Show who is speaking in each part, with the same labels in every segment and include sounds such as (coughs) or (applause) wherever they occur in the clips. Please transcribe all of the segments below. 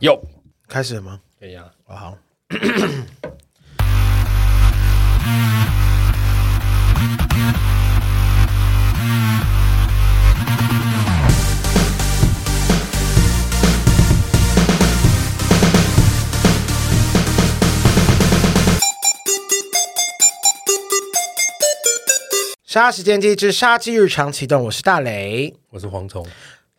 Speaker 1: 有，
Speaker 2: 开始了吗？
Speaker 1: 可以啊。
Speaker 2: 哦好，杀时间机之杀鸡日常启动，我是大雷。
Speaker 1: 我是蝗虫，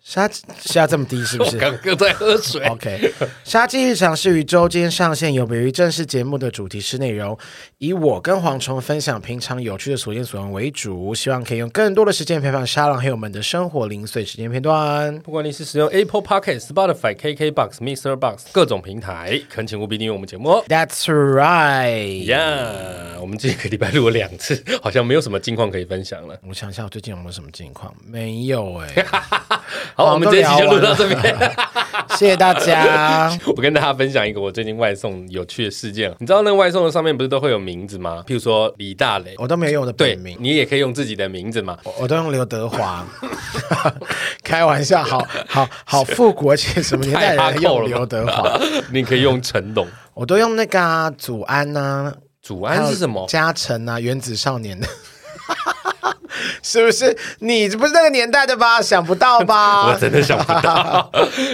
Speaker 2: 杀是要这么低是
Speaker 1: (laughs)
Speaker 2: 不
Speaker 1: 我
Speaker 2: 是？
Speaker 1: 刚刚在喝水。
Speaker 2: OK，杀鸡日常是于周间上线，有别于正式节目的主题式内容，以我跟蝗虫分享平常有趣的所见所闻为主，希望可以用更多的时间陪伴沙朗还有我们的生活零碎时间片段。
Speaker 1: 不管你是使用 Apple Pocket、Spotify、KKBox、Mr. Box 各种平台，恳请务必订阅我们节目哦。
Speaker 2: That's right。
Speaker 1: 呀、我们这个礼拜录了两次，好像没有什么近况可以分享了。
Speaker 2: 我想一下，我最近有没有什么近况？没有哎、
Speaker 1: (laughs) 好，
Speaker 2: 好
Speaker 1: 我们这一期就录到这边。 (laughs)
Speaker 2: 谢谢大家。
Speaker 1: 我跟大家分享一个我最近外送有趣的事件。你知道那个外送的上面不是都会有名字吗？譬如说李大雷，
Speaker 2: 我都没有用我的
Speaker 1: 对
Speaker 2: 本名，
Speaker 1: 你也可以用自己的名字嘛。
Speaker 2: 我我都用刘德华。 (laughs) 开玩笑，好好好复古，而且什么年代
Speaker 1: (laughs) 太哈
Speaker 2: 人
Speaker 1: 扣
Speaker 2: 用
Speaker 1: 了吧
Speaker 2: 刘德华？
Speaker 1: 你可以用成 (laughs) 龙。
Speaker 2: 我都用那个、啊、祖安呐、啊。
Speaker 1: 祖
Speaker 2: 还
Speaker 1: 安
Speaker 2: 有
Speaker 1: 是什么？
Speaker 2: 嘉诚啊，原子少年 (laughs) 的，是不是？你不是那个年代的吧？想不到
Speaker 1: (laughs) 我
Speaker 2: 吧？
Speaker 1: 真的想不
Speaker 2: (laughs)
Speaker 1: 到。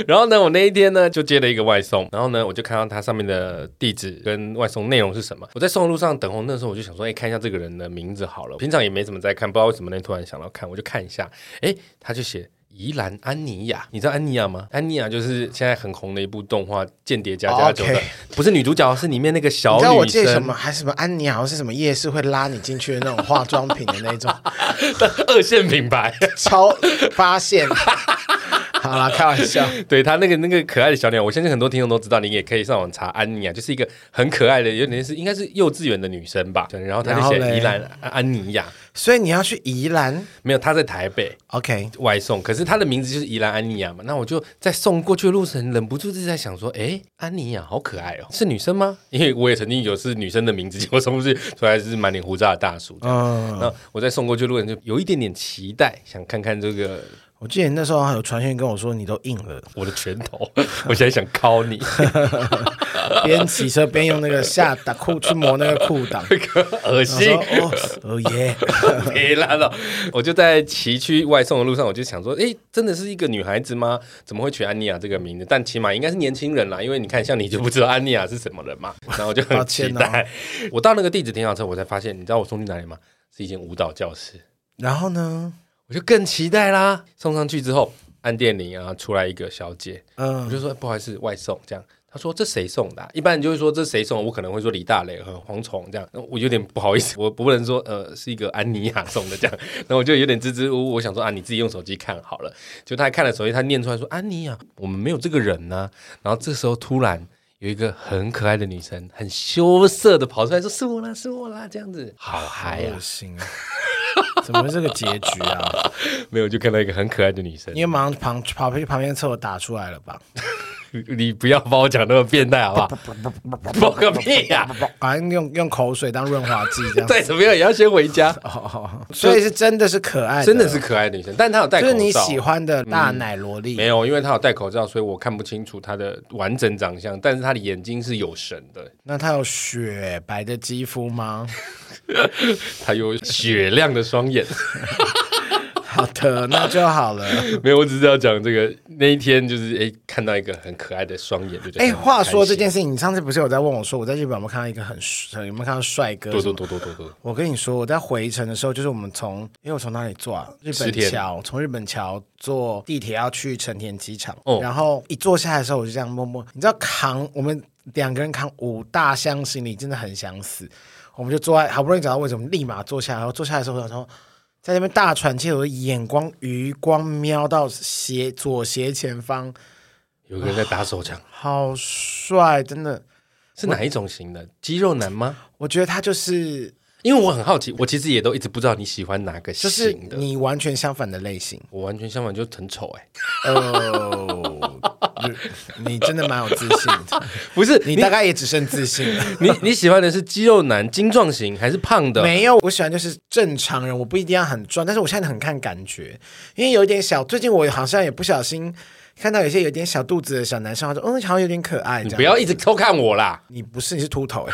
Speaker 1: 然后呢，我那一天呢就接了一个外送，然后呢我就看到它上面的地址跟外送内容是什么。我在送的路上等红灯的时候，我就想说，哎、看一下这个人的名字好了。平常也没怎么在看，不知道为什么那天突然想到看，我就看一下，哎、他就写。宜兰安妮亚，你知道安妮亚吗？安妮亚就是现在很红的一部动画《间谍加加九》的
Speaker 2: 哦，
Speaker 1: 不是女主角，是里面那个小
Speaker 2: 你知道我
Speaker 1: 女
Speaker 2: 借什
Speaker 1: 生
Speaker 2: 么，还是什么安妮，好像是什么夜市会拉你进去的那种化妆品的那种，
Speaker 1: (laughs)
Speaker 2: (laughs)
Speaker 1: 二线品牌。
Speaker 2: 超发现。 (laughs) 好啦，开玩笑。
Speaker 1: (laughs) 对他那个那个可爱的小鸟，我相信很多听众都知道，你也可以上网查安妮亚，啊就是一个很可爱的，有点是应该是幼稚园的女生吧。对，然后她就
Speaker 2: 然后
Speaker 1: 写
Speaker 2: 嘞
Speaker 1: 宜兰呃安妮亚，
Speaker 2: 所以你要去宜兰
Speaker 1: 没有，她在台北
Speaker 2: ，OK？
Speaker 1: 外送，可是她的名字就是宜兰安妮亚嘛。那我就在送过去的路程，忍不住自己在想说，哎，安妮亚好可爱哦，是女生吗？ (laughs) 因为我也曾经有是女生的名字， (laughs) 结果送出去出来是满脸胡渣的大叔。
Speaker 2: 嗯，
Speaker 1: 那我在送过去的路程就有一点点期待，想看看这个
Speaker 2: 我记得你那时候还有传讯跟我说你都硬了， (laughs)
Speaker 1: 我的拳头， (laughs) 我现在想敲你。 (laughs)
Speaker 2: 边骑车边用那个下打裤去磨那个裤
Speaker 1: (laughs)
Speaker 2: 裆。
Speaker 1: 恶
Speaker 2: 我
Speaker 1: 心
Speaker 2: 说，哦哦耶，
Speaker 1: (laughs) 别啦了，我就在崎岖外送的路上，我就想说，诶，真的是一个女孩子吗？怎么会取安妮亚这个名字？但起码应该是年轻人啦，因为你看，像你就不知道安妮亚是什么人嘛。然后我就很
Speaker 2: 抱
Speaker 1: 期
Speaker 2: 歉哦
Speaker 1: 待。我到那个地址停好车，我才发现，你知道我送去哪里吗？是一间舞蹈教室。
Speaker 2: 然后呢？
Speaker 1: 我就更期待啦。送上去之后，按电铃啊，出来一个小姐，我
Speaker 2: 嗯，
Speaker 1: 就说不好意思，外送这样。他说这谁送的啊、一般人就会说这谁送的？我可能会说李大雷和蝗虫这样，我有点不好意思，我不能说呃是一个安妮亚送的这样，然后我就有点支支吾吾，我想说啊你自己用手机看好了。就他还看了手机，他念出来说安妮亚，我们没有这个人呢、然后这时候突然有一个很可爱的女生，很羞涩的跑出来说是我啦，是我啦这样子，好嗨呀、
Speaker 2: 恶心啊！ (laughs) 怎么会这个结局啊？
Speaker 1: (laughs) 没有就看到一个很可爱的女生
Speaker 2: 你，也马上旁跑去旁边厕所打出来了吧？
Speaker 1: 你不要把我讲那么变态好不好？放个屁呀、
Speaker 2: 反正用用口水当润滑剂
Speaker 1: (laughs)
Speaker 2: 这样。
Speaker 1: 再怎么样也要先回家，
Speaker 2: 哦，所以是真的是可爱，
Speaker 1: 真的是可爱的女生，但她有戴
Speaker 2: 就
Speaker 1: 口罩。
Speaker 2: 是你喜欢的大奶萝莉。
Speaker 1: 没有，因为她有戴口罩，所以我看不清楚她的完整长相，但是她的眼睛是有神的，
Speaker 2: 那她有雪白的肌肤吗？
Speaker 1: 嗯她有雪亮的双眼。 (laughs)
Speaker 2: 好的，那就好了。
Speaker 1: 没有，我只是要讲这个。那一天就是哎，看到一个很可爱的双眼，就觉得
Speaker 2: 哎，
Speaker 1: 很
Speaker 2: 话说
Speaker 1: 开
Speaker 2: 这
Speaker 1: 心
Speaker 2: 件事情，你上次不是有在问我说我在日本有没有看到一个很帅有没有看到帅哥？
Speaker 1: 多多多多多多，
Speaker 2: 我跟你说，我在回程的时候，就是我们从，因为我从哪里坐啊？日
Speaker 1: 石
Speaker 2: 本
Speaker 1: 田
Speaker 2: 桥，从日本桥坐地铁要去成田机场，
Speaker 1: 哦
Speaker 2: 然后一坐下来的时候，我就这样默默，你知道扛我们两个人扛五大箱行李，真的很想死。我们就坐在，好不容易找到位置，我们立马坐下来。然后坐下来的时候，我想说，在那边大喘气，我的眼光余光瞄到斜左斜前方，
Speaker 1: 有个人在打手枪，
Speaker 2: 好帅，真的，
Speaker 1: 是哪一种型的？肌肉男吗？
Speaker 2: 我觉得他就是
Speaker 1: 因为我很好奇，我其实也都一直不知道你喜欢哪个
Speaker 2: 就是
Speaker 1: 型的。
Speaker 2: 你完全相反的类型。
Speaker 1: 我完全相反，就很丑哎、
Speaker 2: 哦，你你真的蛮有自信
Speaker 1: (laughs)
Speaker 2: 的，
Speaker 1: 不是
Speaker 2: 你大概也只剩自信
Speaker 1: (laughs)
Speaker 2: 了。
Speaker 1: 你你喜欢的是肌肉男、精壮型还是胖的？
Speaker 2: 没有，我喜欢就是正常人，我不一定要很壮，但是我现在很看感觉，因为有一点小。最近我好像也不小心看到有些有点小肚子的小男生，他说：“嗯，好像有点可爱。”这
Speaker 1: 你
Speaker 2: 样
Speaker 1: 不要一直偷看我啦，
Speaker 2: 你不是你是秃头
Speaker 1: (laughs)
Speaker 2: 哎、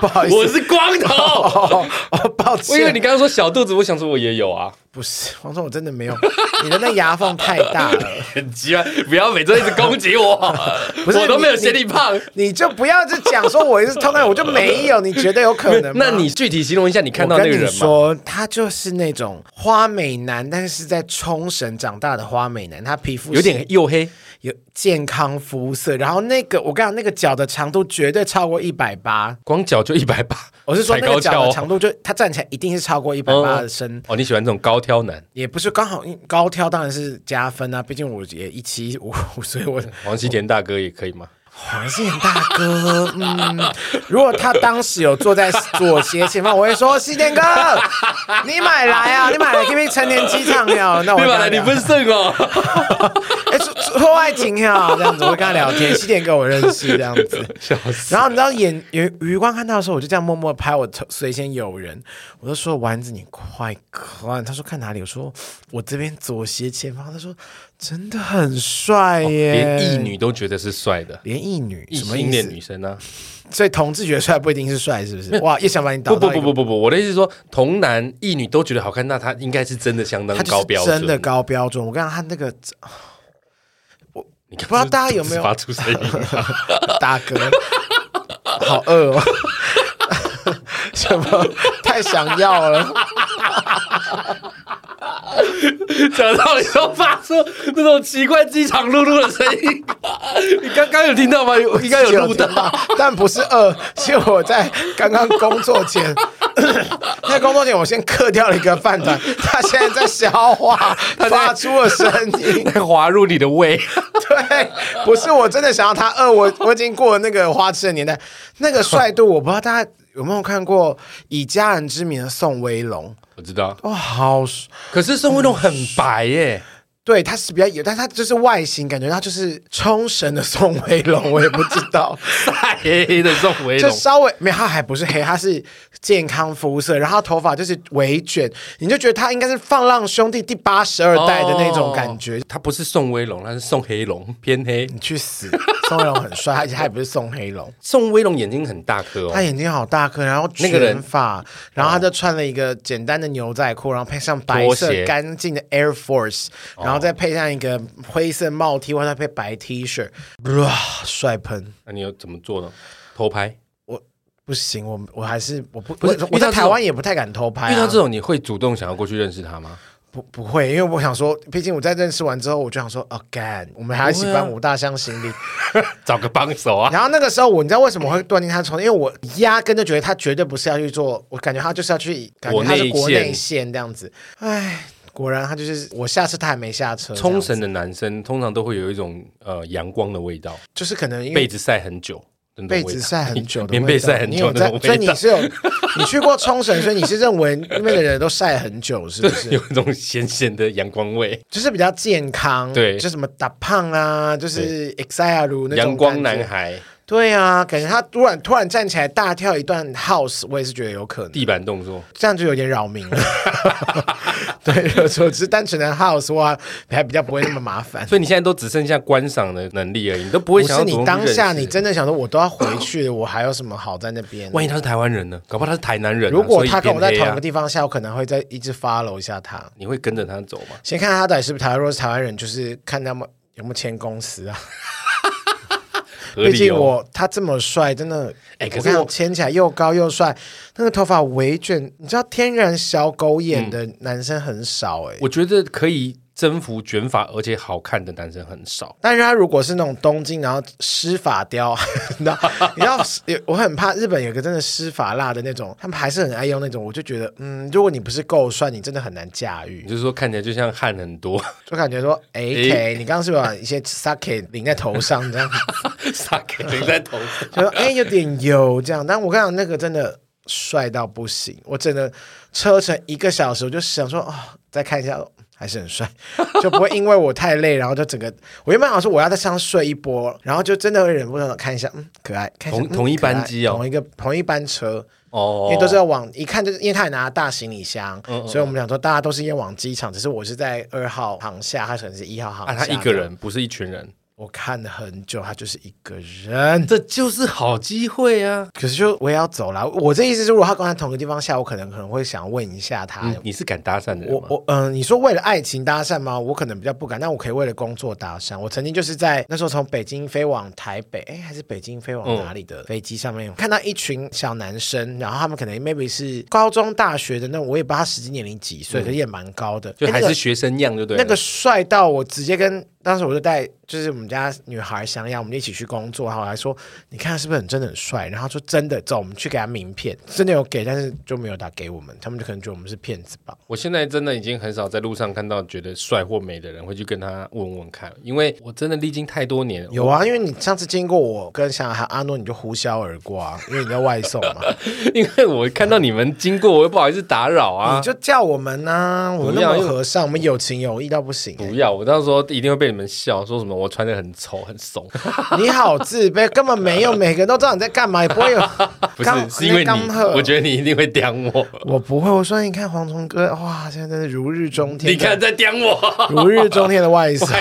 Speaker 2: 不好意思，
Speaker 1: 我是光头。
Speaker 2: (laughs) 哦哦，抱
Speaker 1: 我以为
Speaker 2: 歉，
Speaker 1: 你刚刚说小肚子，我想说我也有啊，
Speaker 2: 不是黄总，我真的没有，你的那牙缝太大了，
Speaker 1: 很奇怪，不要每周一直攻击我，
Speaker 2: (laughs) 不是
Speaker 1: 我都没有
Speaker 2: 你
Speaker 1: 嫌你胖。
Speaker 2: 你就不要再讲说我一直偷看，我就没有，你觉得有可能吗？
Speaker 1: 那你具体形容一下你看到
Speaker 2: 我
Speaker 1: 那
Speaker 2: 跟
Speaker 1: 个
Speaker 2: 你
Speaker 1: 人吗？
Speaker 2: 说，他就是那种花美男，但是在冲绳长大的花美男，他皮肤
Speaker 1: 有点黝黑，
Speaker 2: 有健康肤色，然后那个我跟你讲，那个脚的长度绝对超过一百八。
Speaker 1: 光脚就一百八，
Speaker 2: 我是说
Speaker 1: 踩
Speaker 2: 那个
Speaker 1: 高
Speaker 2: 脚
Speaker 1: 跷
Speaker 2: 的
Speaker 1: 哦
Speaker 2: 长度就，他站起来一定是超过一百八的身，
Speaker 1: 哦，你喜欢这种高挑男？
Speaker 2: 也不是刚好高挑，当然是加分啊。毕竟我也一七五，所以我
Speaker 1: 王西田大哥也可以吗？
Speaker 2: 黄信大哥，嗯，如果他当时有坐在左斜前方，我会说
Speaker 1: (laughs)
Speaker 2: 西田哥，你买来啊，你买来给你成年机场了， (laughs) 那我
Speaker 1: 对
Speaker 2: 会跟
Speaker 1: 吧？
Speaker 2: 他
Speaker 1: 你
Speaker 2: 聊
Speaker 1: 不是剩哦，
Speaker 2: (laughs) 哎，出出出外景啊呀，这样子，我会跟他聊
Speaker 1: (laughs)
Speaker 2: 天，西点跟我认识这样子。
Speaker 1: 笑死！
Speaker 2: 然后你知道眼余余光看到的时候，我就这样默默拍我头随先有人，我就说丸子你快看，他说看哪里？我说我这边左斜前方，他说真的很帅耶，
Speaker 1: 哦连异女都觉得是帅的，
Speaker 2: 连异女
Speaker 1: 异
Speaker 2: 呃什么
Speaker 1: 性
Speaker 2: 意
Speaker 1: 恋
Speaker 2: 思？
Speaker 1: 女生啊呢？
Speaker 2: 所以同志觉得帅不一定是帅，是不是？哇，也想把你
Speaker 1: 不
Speaker 2: 导
Speaker 1: 不
Speaker 2: 到一
Speaker 1: 不
Speaker 2: 个
Speaker 1: 不不不，我的意思是说，同男异女都觉得好看，那他应该是真的相当
Speaker 2: 他就
Speaker 1: 高
Speaker 2: 是
Speaker 1: 标准，
Speaker 2: 真的。高标准。我跟你讲，他那个 (laughs)
Speaker 1: 你看，
Speaker 2: 不知道大家有没有
Speaker 1: 发出声音？
Speaker 2: (laughs) 大哥， (laughs) 好饿哦， (laughs) 什么太想要了。
Speaker 1: 讲到你都发出那种奇怪机场噜噜的声音，你刚刚有听到吗？应该有录
Speaker 2: 的
Speaker 1: 到。，
Speaker 2: 但不是饿，是我在刚刚工作前， (laughs) 在工作前我先嗑掉了一个饭团，它现在在消化，发出了声音。
Speaker 1: 在滑入你的胃，
Speaker 2: (laughs) 对，不是我真的想要它饿，我 (laughs) 我已经过了那个花痴的年代，那个帅度，我不知道大家有没有看过《以家人之名》的宋威龙，
Speaker 1: 我知道。
Speaker 2: 哇，好。
Speaker 1: 可是宋威龙很白耶，
Speaker 2: 对，他是比较有，但他就是外形感觉他就是冲绳的宋威龙， (laughs) 我也不知道。
Speaker 1: 晒黑黑的宋威
Speaker 2: 就
Speaker 1: 龙，
Speaker 2: 稍微没有，他还不是黑，他是健康肤色，然后他头发就是微卷，你就觉得他应该是放浪兄弟第八十二代的那种感觉。
Speaker 1: 他不是宋威龙，他是宋黑龙，偏黑。
Speaker 2: 你去死！宋黑龙很帅，而且他也不是宋黑龙，
Speaker 1: 宋威龙眼睛很大颗
Speaker 2: 他
Speaker 1: 哦，
Speaker 2: 眼睛好大颗，然后
Speaker 1: 那个人哦
Speaker 2: 卷发，然后他就穿了一个简单的牛仔裤，然后配上白色
Speaker 1: 拖鞋哦
Speaker 2: 干净的 Air Force，然后再配上一个灰色帽 T 或者配白 T 恤，哇，帅喷！
Speaker 1: 那你有怎么做呢？偷拍？
Speaker 2: 不行，我我还是我不
Speaker 1: 不是
Speaker 2: 我
Speaker 1: 遇到
Speaker 2: 我在
Speaker 1: 这种
Speaker 2: 台湾也不太敢偷拍、啊。
Speaker 1: 遇到这种，你会主动想要过去认识他吗？
Speaker 2: 不不会，因为我想说，毕竟我在认识完之后，我就想说，哦干，我们还要一起
Speaker 1: 啊
Speaker 2: 搬五大箱行李。
Speaker 1: 找个帮手啊！
Speaker 2: (laughs) 然后那个时候，我你知道为什么会断定他从，因为我压根就觉得他绝对不是要去做，我感觉他就是要去，感觉他是国
Speaker 1: 国内
Speaker 2: 内线这样子。唉，果然他就是我下车，他还没下车。
Speaker 1: 冲
Speaker 2: 这样
Speaker 1: 绳
Speaker 2: 子
Speaker 1: 的男生通常都会有一种呃阳光的味道，
Speaker 2: 就是可能因
Speaker 1: 被
Speaker 2: 为
Speaker 1: 子晒很久的那种味道，
Speaker 2: 被子晒很
Speaker 1: (laughs)
Speaker 2: 久的味道，
Speaker 1: 棉被晒很
Speaker 2: 你
Speaker 1: 久
Speaker 2: 有
Speaker 1: 的那
Speaker 2: 在
Speaker 1: 种，
Speaker 2: 所以
Speaker 1: 味
Speaker 2: 你
Speaker 1: 道，
Speaker 2: 是有你去过冲绳，所以你是认为那边的人都晒很久，是不是？
Speaker 1: (laughs) 有一种咸咸的阳光味。
Speaker 2: 就是比较健康，
Speaker 1: 对
Speaker 2: 就什么打胖啊，就是 XIR 那种
Speaker 1: 阳光
Speaker 2: 感
Speaker 1: 男
Speaker 2: 觉，
Speaker 1: 孩，
Speaker 2: 对啊，感觉他突然突然站起来大跳一段 House，我也是觉得有可能，
Speaker 1: 地板动作，
Speaker 2: 这样就有点扰民了。 (laughs) 对，有时候只是单纯的 House 哇，还比较不会那么麻烦。
Speaker 1: 所以你现在都只剩下观赏的能力而已，你都不会
Speaker 2: 不
Speaker 1: 想要
Speaker 2: 是
Speaker 1: 主动去
Speaker 2: 你当下，
Speaker 1: 认识
Speaker 2: 你真的想说，我都要回去了，我还有什么好在那
Speaker 1: (coughs)
Speaker 2: 边？
Speaker 1: 万一他是台湾人呢？搞不好他是台南人啊、
Speaker 2: 如果
Speaker 1: 所以
Speaker 2: 他跟我在
Speaker 1: 偏黑
Speaker 2: 同
Speaker 1: 啊
Speaker 2: 一个地方下，我可能会再一直 follow 一下他，
Speaker 1: 你会跟着他走吗？
Speaker 2: 先看他到底是不是台湾。如果是台湾人，就是看他们有没有签公司啊。
Speaker 1: 合
Speaker 2: 毕
Speaker 1: 理
Speaker 2: 竟
Speaker 1: 哦。
Speaker 2: 我他这么帅，真的，
Speaker 1: 哎可
Speaker 2: 我
Speaker 1: 是
Speaker 2: 看
Speaker 1: 我
Speaker 2: 牵起来又高又帅，那个头发微卷，你知道天然小狗
Speaker 1: 嗯
Speaker 2: 眼的男生很少哎、
Speaker 1: 我觉得可以征服卷发而且好看的男生很少。
Speaker 2: 但是他如果是那种东京，然后施法雕， (laughs) 你知道，你知道，有我很怕日本有个真的施法辣的那种，他们还是很爱用那种。我就觉得，嗯，如果你不是够帅，你真的很难驾驭
Speaker 1: 你。就是说看起来就像汗很多
Speaker 2: 就感觉说，A K，你刚刚是不是把一些 sake 淋在头上这样？
Speaker 1: ，sake 淋在头上。
Speaker 2: 就说哎、有点油这样。但我跟你讲，那个真的帅到不行，我真的车程一个小时，我就想说哦，再看一下。哦还是很帅， (laughs) 就不会因为我太累，然后就整个。我原本想说我要在车上睡一波，然后就真的会忍不住想看一下，嗯，可爱，看一下
Speaker 1: 同
Speaker 2: 嗯
Speaker 1: 同一班
Speaker 2: 可爱
Speaker 1: 机哦
Speaker 2: 同一个同一班车，
Speaker 1: 哦，
Speaker 2: (laughs) 因为都是要往一看就是因为他也拿大行李箱，
Speaker 1: 嗯嗯
Speaker 2: 所以我们想说大家都是要往机场，只是我是在二号航厦，他可能是一号航
Speaker 1: 啊，
Speaker 2: 厦、
Speaker 1: 他一个人，不是一群人，
Speaker 2: 我看了很久，他就是一个人。
Speaker 1: 这就是好机会啊！
Speaker 2: 可是就我也要走了，我这意思是，如果他跟他同个地方下，我可能可能会想问一下他。
Speaker 1: 你你是敢搭讪的人
Speaker 2: 哎我
Speaker 1: 嗯吗？
Speaker 2: 我嗯、你说为了爱情搭讪吗？我可能比较不敢，但我可以为了工作搭讪。我曾经就是在那时候从北京飞往台北，哎，还是北京飞往哪里
Speaker 1: 嗯
Speaker 2: 的飞机上面，看到一群小男生，然后他们可能 maybe 是高中、大学的那种，我也不知道他实际年龄几岁，可是也蛮高的，
Speaker 1: 嗯就
Speaker 2: 哎
Speaker 1: 还
Speaker 2: 那个
Speaker 1: 是学生样，就对了
Speaker 2: 那个帅到我直接跟当时我就带就是我们家女孩想要我们一起去工作，然后我还说你看他是不是很真的很帅，然后他说真的，走，我们去给他名片，真的有给，但是就没有打给我们，他们就可能觉得我们是骗子吧。
Speaker 1: 我现在真的已经很少在路上看到觉得帅或美的人会去跟他问问看，因为我真的历经太多年了。 (laughs)
Speaker 2: 有啊，因为你上次经过我跟想还有阿诺，你就呼啸而过啊，因为你在外送嘛，
Speaker 1: 因为我看到你们经过，我又不好意思打扰啊
Speaker 2: 你。就叫我们呐、我们
Speaker 1: 不
Speaker 2: 那
Speaker 1: 要
Speaker 2: 么
Speaker 1: 因为
Speaker 2: 和尚，我们有情有义到不行、
Speaker 1: 不要，我到时候一定会被你们笑，说什么我穿的很丑很
Speaker 2: (laughs)
Speaker 1: 怂，
Speaker 2: 你好自卑，根本没有，每个人都知道你在干嘛，也不
Speaker 1: (laughs)
Speaker 2: 会有。
Speaker 1: 不
Speaker 2: 刚
Speaker 1: 是是因为你
Speaker 2: 刚喝，
Speaker 1: 我觉得你一定会刁我，
Speaker 2: 我不会，我说你看蝗虫哥，哇，现在真是如日中天。
Speaker 1: 你看在刁
Speaker 2: (laughs)
Speaker 1: 我，
Speaker 2: 如日中天的 (laughs) 外送，
Speaker 1: 外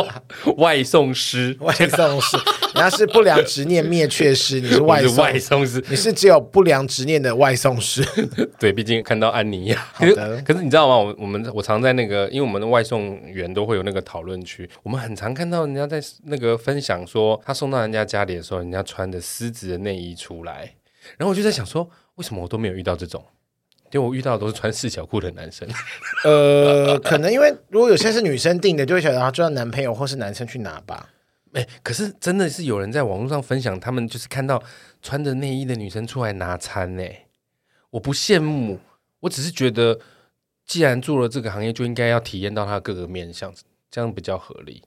Speaker 1: 送外送师，
Speaker 2: 外送是，人家是不良执念灭却师，你是
Speaker 1: 我
Speaker 2: 外
Speaker 1: (laughs) 是
Speaker 2: 送，
Speaker 1: 外送师，
Speaker 2: 你是只有不良执念的外送师。 (laughs)
Speaker 1: 对，毕竟看到安妮亚。可是
Speaker 2: 的
Speaker 1: 可是你知道吗？我我们我常在那个，因为我们的外送员都会有那个讨论区，我们很常看到人家在那个分享说，他送到人家家里的时候，人家穿着丝质的内衣出来，然后我就在想说，为什么我都没有遇到这种？因为我遇到的都是穿四小裤的男生，
Speaker 2: 呃，可能因为如果有些是女生订的，就会想要就让男朋友或是男生去拿吧。
Speaker 1: 哎、可是真的是有人在网络上分享，他们就是看到穿着内衣的女生出来拿餐呢、我不羡慕，我只是觉得，既然做了这个行业，就应该要体验到它的各个面向，这样比较合理。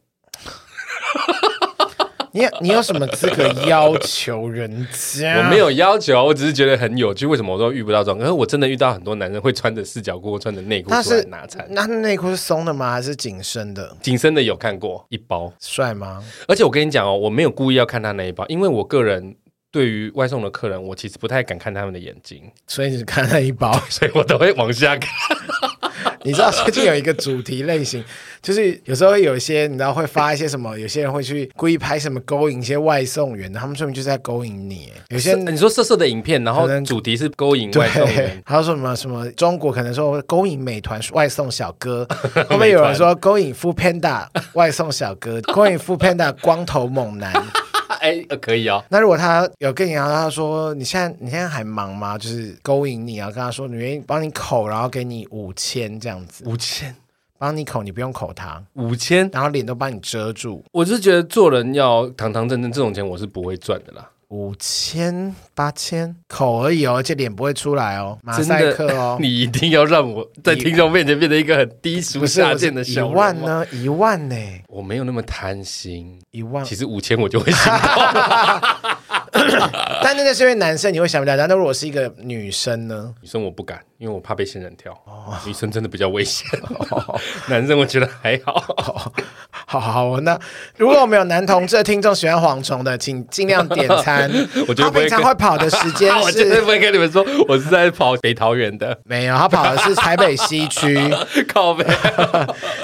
Speaker 2: 你你有什么资格要求人家？
Speaker 1: 我没。有要求，我只是觉得很有趣，为什么我都遇不到这种？可是我真的遇到很多男生会穿着四角裤、穿着内裤
Speaker 2: 那
Speaker 1: 出来
Speaker 2: 是
Speaker 1: 拿餐。
Speaker 2: 那内裤是松的吗？还是紧身的？
Speaker 1: 紧身的有看过一包，
Speaker 2: 帅吗？
Speaker 1: 而且我跟你讲哦，我没有故意要看他那一包，因为我个人对于外送的客人，我其实不太敢看他们的眼睛，
Speaker 2: 所以你只看那一包。
Speaker 1: 所以我都会往下看。
Speaker 2: 你知道最近有一个主题类型， (laughs) 就是有时候会有一些你知道会发一些什么，有些人会去故意拍什么勾引一些外送员，他们说明就是在勾引你。有些人 (laughs)
Speaker 1: 你说色色的影片，然后
Speaker 2: 可能
Speaker 1: 主题是勾引外送
Speaker 2: 对
Speaker 1: 员，，
Speaker 2: 还有什么什么中国可能说勾引美团外送小哥，后面有人说勾引 f o o Panda 外送
Speaker 1: (laughs)
Speaker 2: 小哥，勾引 f o o Panda 光头猛男。
Speaker 1: (laughs) 哎、呃可以哦。
Speaker 2: 那如果他有跟你然后他说你现在你现在还忙吗？就是勾引你，然啊后跟他说你愿意帮你口，然后给你五千这样子，
Speaker 1: 五千，
Speaker 2: 帮你口你不用口他，
Speaker 1: 五千，
Speaker 2: 然后脸都帮你遮住。
Speaker 1: 我是觉得做人要堂堂正正，这种钱我是不会赚的啦。
Speaker 2: 五千八千口而已哦，而且脸不会出来哦，马
Speaker 1: 真
Speaker 2: 赛
Speaker 1: 的，
Speaker 2: 克哦
Speaker 1: 你一定要让我在听众面前变成一个很低俗 (laughs)
Speaker 2: 不是
Speaker 1: 下
Speaker 2: 不是
Speaker 1: 贱的
Speaker 2: 一
Speaker 1: 小人
Speaker 2: 万
Speaker 1: 吗？
Speaker 2: 呢，一万呢，
Speaker 1: 我没有那么贪心，
Speaker 2: 一万。
Speaker 1: 其实五千我就会
Speaker 2: (laughs)
Speaker 1: 心动。
Speaker 2: 但那个是因为男生你会想不到，但那如果是一个女生呢？
Speaker 1: 女生我不敢，因为我怕被仙人跳。
Speaker 2: 哦
Speaker 1: 女生真的比较危险， (laughs) 男生我觉得还好。。
Speaker 2: 好好好，那如果我们有男同志的听众喜欢蝗虫的，请尽量点餐
Speaker 1: (laughs) 我觉
Speaker 2: 他
Speaker 1: 得不会
Speaker 2: 平常会跑的时
Speaker 1: (laughs)
Speaker 2: 间
Speaker 1: 我绝对
Speaker 2: 是
Speaker 1: 不会跟你们说，我是在跑北桃园的
Speaker 2: 没有，他跑的是台北西区。
Speaker 1: (laughs) 靠
Speaker 2: (laughs)
Speaker 1: 北。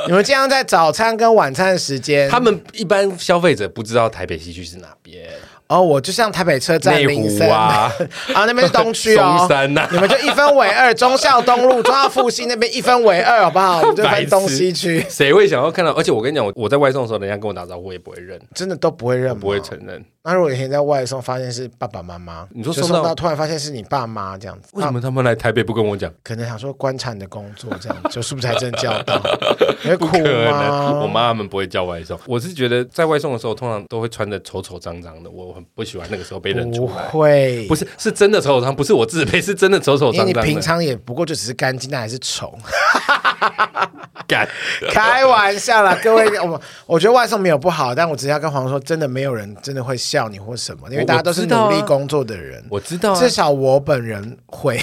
Speaker 2: 你们尽量在早餐跟晚餐的时间。
Speaker 1: 他们一般消费者不知道台北西区是哪边，
Speaker 2: 哦，我就像台北车站
Speaker 1: 内湖
Speaker 2: 林森
Speaker 1: 啊
Speaker 2: (laughs) 啊，那边是东区哦，
Speaker 1: 松山呐
Speaker 2: 你们就一分为二，忠孝东路、忠孝复兴那边一分为二，好不好？我们就
Speaker 1: 白
Speaker 2: 分
Speaker 1: 痴
Speaker 2: 东西区，
Speaker 1: (laughs) 谁会想要看到？而且我跟你讲，我我在外送的时候，人家跟我打招呼，我也不会认，
Speaker 2: 真的都不会认吗，
Speaker 1: 不会承认。
Speaker 2: 那如果有一天在外送发现是爸爸妈妈，
Speaker 1: 你说
Speaker 2: 就
Speaker 1: 送
Speaker 2: 送
Speaker 1: 到
Speaker 2: 突然发现是你爸妈这样子，
Speaker 1: 为什么他们来台北不跟我讲？
Speaker 2: 可能想说观察你的工作这样，就是不是还真叫
Speaker 1: (laughs)
Speaker 2: 到？你会哭
Speaker 1: 可能我
Speaker 2: 吗？
Speaker 1: 妈他们不会叫外送。我是觉得在外送的时候，通常都会穿的丑丑脏脏的，我很不喜欢那个时候被认
Speaker 2: 不
Speaker 1: 出来。
Speaker 2: 会，
Speaker 1: 不是，是真的丑丑脏，不是我自卑，是真的丑丑脏
Speaker 2: 因为哎你
Speaker 1: 脏
Speaker 2: 平
Speaker 1: 的。
Speaker 2: 常也不过就只是干净，但还是丑。
Speaker 1: 干， (laughs)
Speaker 2: 开玩笑啦，各位，我我觉得外送没有不好，但我只是要跟黄蓉说，真的没有人真的会笑你或什么，因为
Speaker 1: 我
Speaker 2: 大家都是
Speaker 1: 我知道
Speaker 2: 努
Speaker 1: 啊
Speaker 2: 力工作的人。
Speaker 1: 我知道啊
Speaker 2: 至少我本人会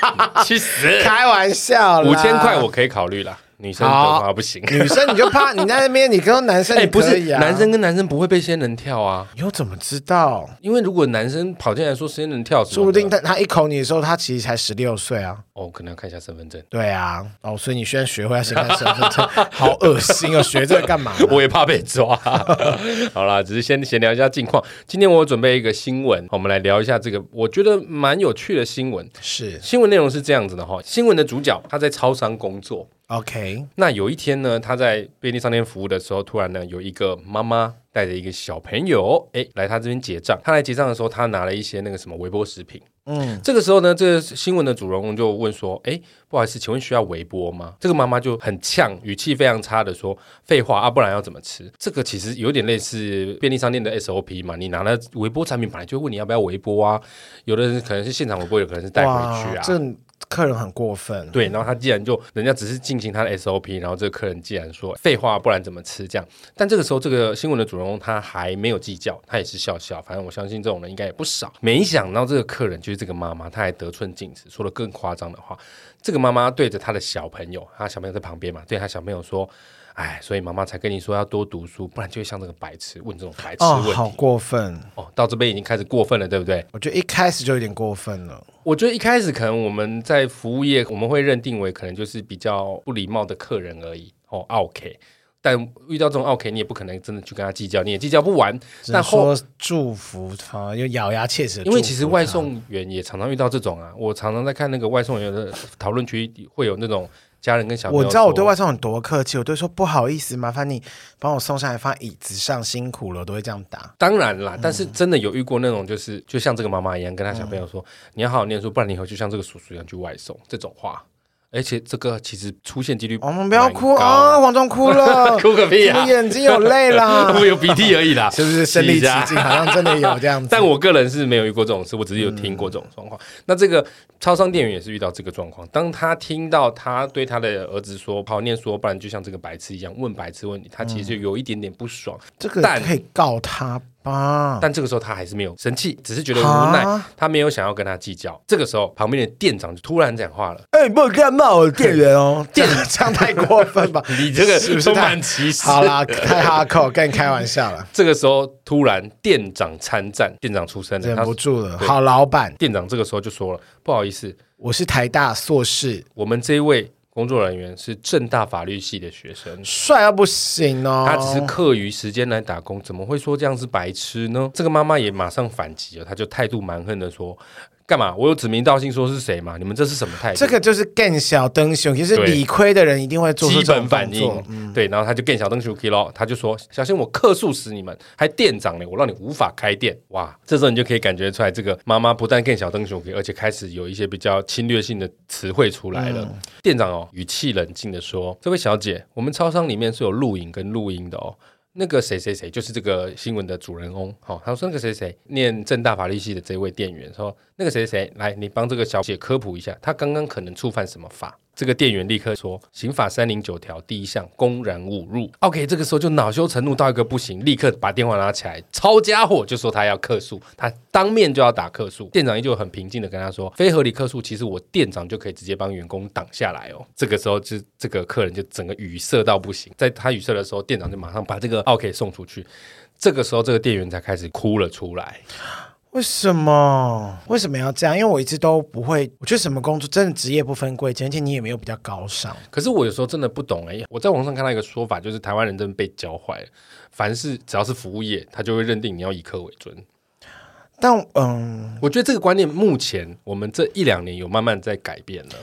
Speaker 1: 啊，去死！
Speaker 2: 开玩笑啦，
Speaker 1: 五千块我可以考虑啦，女生的话不行。
Speaker 2: 女生你就怕你在那边，你跟男
Speaker 1: (laughs)
Speaker 2: 生
Speaker 1: 哎、
Speaker 2: 你
Speaker 1: 不
Speaker 2: 可
Speaker 1: 是
Speaker 2: 以，啊
Speaker 1: 男生跟男生不会被仙人跳啊，
Speaker 2: 你又怎么知道？
Speaker 1: 因为如果男生跑进来说仙人跳什么的，
Speaker 2: 说不定他他一口你的时候，他其实才十六岁啊。
Speaker 1: 哦，可能要看一下身份证。
Speaker 2: 对啊，哦，所以你现在学会要先看身份证，好恶心哦！学这个干嘛呢？
Speaker 1: (laughs) 我也怕被抓。好啦，只是先闲聊一下近况。今天我有准备一个新闻，我们来聊一下这个我觉得蛮有趣的新闻。
Speaker 2: 是
Speaker 1: 新闻内容是这样子的哈，新闻的主角他在超商工作，
Speaker 2: OK，
Speaker 1: 那有一天呢，他在便利商店服务的时候，突然呢有一个妈妈带着一个小朋友，哎，来他这边结账。他来结账的时候，他拿了一些那个什么微波食品。嗯，这个时候呢，这个新闻的主人公就问说：“哎，不好意思，请问需要微波吗？”这个妈妈就很呛，语气非常差的说：“废话啊，不然要怎么吃？”这个其实有点类似便利商店的 SOP 嘛，你拿了微波产品，本来就会问你要不要微波啊。有的人可能是现场微波，有可能是带回去啊。
Speaker 2: 这客人很过分。
Speaker 1: 对，然后他既然就人家只是进行他的 SOP，然后这个客人既然说废话，不然怎么吃这样？但这个时候，这个新闻的主人公他还没有计较，他也是笑笑，反正我相信这种人应该也不少。没想到这个客人就是这个妈妈，她还得寸进尺，说了更夸张的话。这个妈妈对着她的小朋友，她小朋友在旁边嘛，对她小朋友说：“哎，所以妈妈才跟你说要多读书，不然就会像这个白痴问这种白痴
Speaker 2: 哦，
Speaker 1: 问题。
Speaker 2: 好过分！
Speaker 1: 哦，到这边已经开始过分了，对不对？
Speaker 2: 我觉得一开始就有点过分了。
Speaker 1: 我觉得一开始可能我们在服务业，我们会认定为可能就是比较不礼貌的客人而已，哦，OK。但遇到这种 OK，你也不可能真的去跟他计较，你也计较不完。
Speaker 2: 只
Speaker 1: 但
Speaker 2: 能
Speaker 1: 后
Speaker 2: 说祝福他，又咬牙切齿地祝
Speaker 1: 因
Speaker 2: 福他。
Speaker 1: 为其实外送员也常常遇到这种啊，我常常在看那个外送员的讨论区会有那种家人跟小朋友
Speaker 2: 我
Speaker 1: 说，
Speaker 2: 知道我对外送有多客气，我都会说不好意思，麻烦你帮我送上来，放椅子上，辛苦了，我都会这样打。
Speaker 1: 当然啦，但
Speaker 2: 嗯
Speaker 1: 是真的有遇过那种，就是就像这个妈妈一样，跟她小朋友说：“
Speaker 2: 嗯
Speaker 1: 你要好好念书，不然你以后就像这个叔叔一样去外送。”这种话，而且这个其实出现几率
Speaker 2: 我们不要哭
Speaker 1: 蛮
Speaker 2: 哦
Speaker 1: 高，
Speaker 2: 啊、哦，黄忠 (laughs) 哭了
Speaker 1: 哭个屁啊
Speaker 2: 我眼睛有泪
Speaker 1: (laughs)
Speaker 2: 啦，
Speaker 1: 我有鼻涕而已啦，
Speaker 2: (laughs) 是不是身临其境？好像真的有这样子。
Speaker 1: 但我个人是没有遇过这种事，我只是有听过这种状况。
Speaker 2: 嗯
Speaker 1: 那这个超商店员也是遇到这个状况，当他听到他对他的儿子说“好好念书，不然就像这个白痴一样问白痴问题”，他其实就
Speaker 2: 嗯
Speaker 1: 有一点点不爽。
Speaker 2: 这个
Speaker 1: 但
Speaker 2: 可以告他吧？
Speaker 1: 但这个时候他还是没有生气，只是觉得无奈
Speaker 2: 啊，
Speaker 1: 他没有想要跟他计较。这个时候，旁边的店长就突然讲话
Speaker 2: (laughs)
Speaker 1: 了。
Speaker 2: 哎，你不能这样骂我的店员哦，店员 (laughs) 这样太过分 (laughs) 吧？
Speaker 1: 你这个
Speaker 2: 是不是
Speaker 1: 充
Speaker 2: 太
Speaker 1: 满歧视。
Speaker 2: 好啦？太哈扣，跟你开玩笑 (laughs) 了，
Speaker 1: 这个时候突然店长参战，店长出声了。
Speaker 2: 忍
Speaker 1: 他
Speaker 2: 不住了。
Speaker 1: 对
Speaker 2: 好老板，
Speaker 1: 店长这个时候就说了：“不好意思，
Speaker 2: 我是台大硕士，
Speaker 1: 我们这一位工作人员是正大法律系的学生，
Speaker 2: 帅到不行哦。
Speaker 1: 他只是课余时间来打工，怎么会说这样是白痴呢？这个妈妈也马上反击了，她就态度蛮横的说：“干嘛？我有指名道姓说是谁吗？你们这是什么态度？”
Speaker 2: 这个就是更小灯熊，其实
Speaker 1: 对
Speaker 2: 理亏的人一定会做出
Speaker 1: 基
Speaker 2: 这
Speaker 1: 本
Speaker 2: 种
Speaker 1: 反
Speaker 2: 动
Speaker 1: 应
Speaker 2: 作，，嗯
Speaker 1: 对，然后他就更小灯球 K 咯，他就说：“小心我客诉死你们，还店长呢，我让你无法开店。”哇，这时候你就可以感觉出来，这个妈妈不但更小灯球 K，而且开始有一些比较侵略性的词汇出来
Speaker 2: 嗯
Speaker 1: 了。店长哦，语气冷静的说：“这位小姐，我们超商里面是有录影跟录音的哦。”那个谁谁谁，就是这个新闻的主人翁，好、他说那个谁谁念正大法律系的这位店员说，那个谁谁来，你帮这个小姐科普一下，她刚刚可能触犯什么法？这个店员立刻说，刑法三零九条第一项公然侮辱。OK，这个时候就恼羞成怒到一个不行，立刻把电话拿起来，抄家伙就说他要客诉，他当面就要打客诉。店长依旧很平静的跟他说，非合理客诉，其实我店长就可以直接帮员工挡下来哦。这个时候就这个客人就整个语塞到不行，在他语塞的时候，店长就马上把这个 OK 送出去。这个时候，这个店员才开始哭了出来。
Speaker 2: 为什么？为什么要这样？因为我一直都不会，我觉得什么工作真的职业不分贵贱，而且你也没有比较高尚。
Speaker 1: 可是我有时候真的不懂哎、我在网上看到一个说法，就是台湾人真的被教坏了，凡是只要是服务业，他就会认定你要以客为尊。
Speaker 2: 但嗯，
Speaker 1: 我觉得这个观念目前我们这一两年有慢慢在改变了。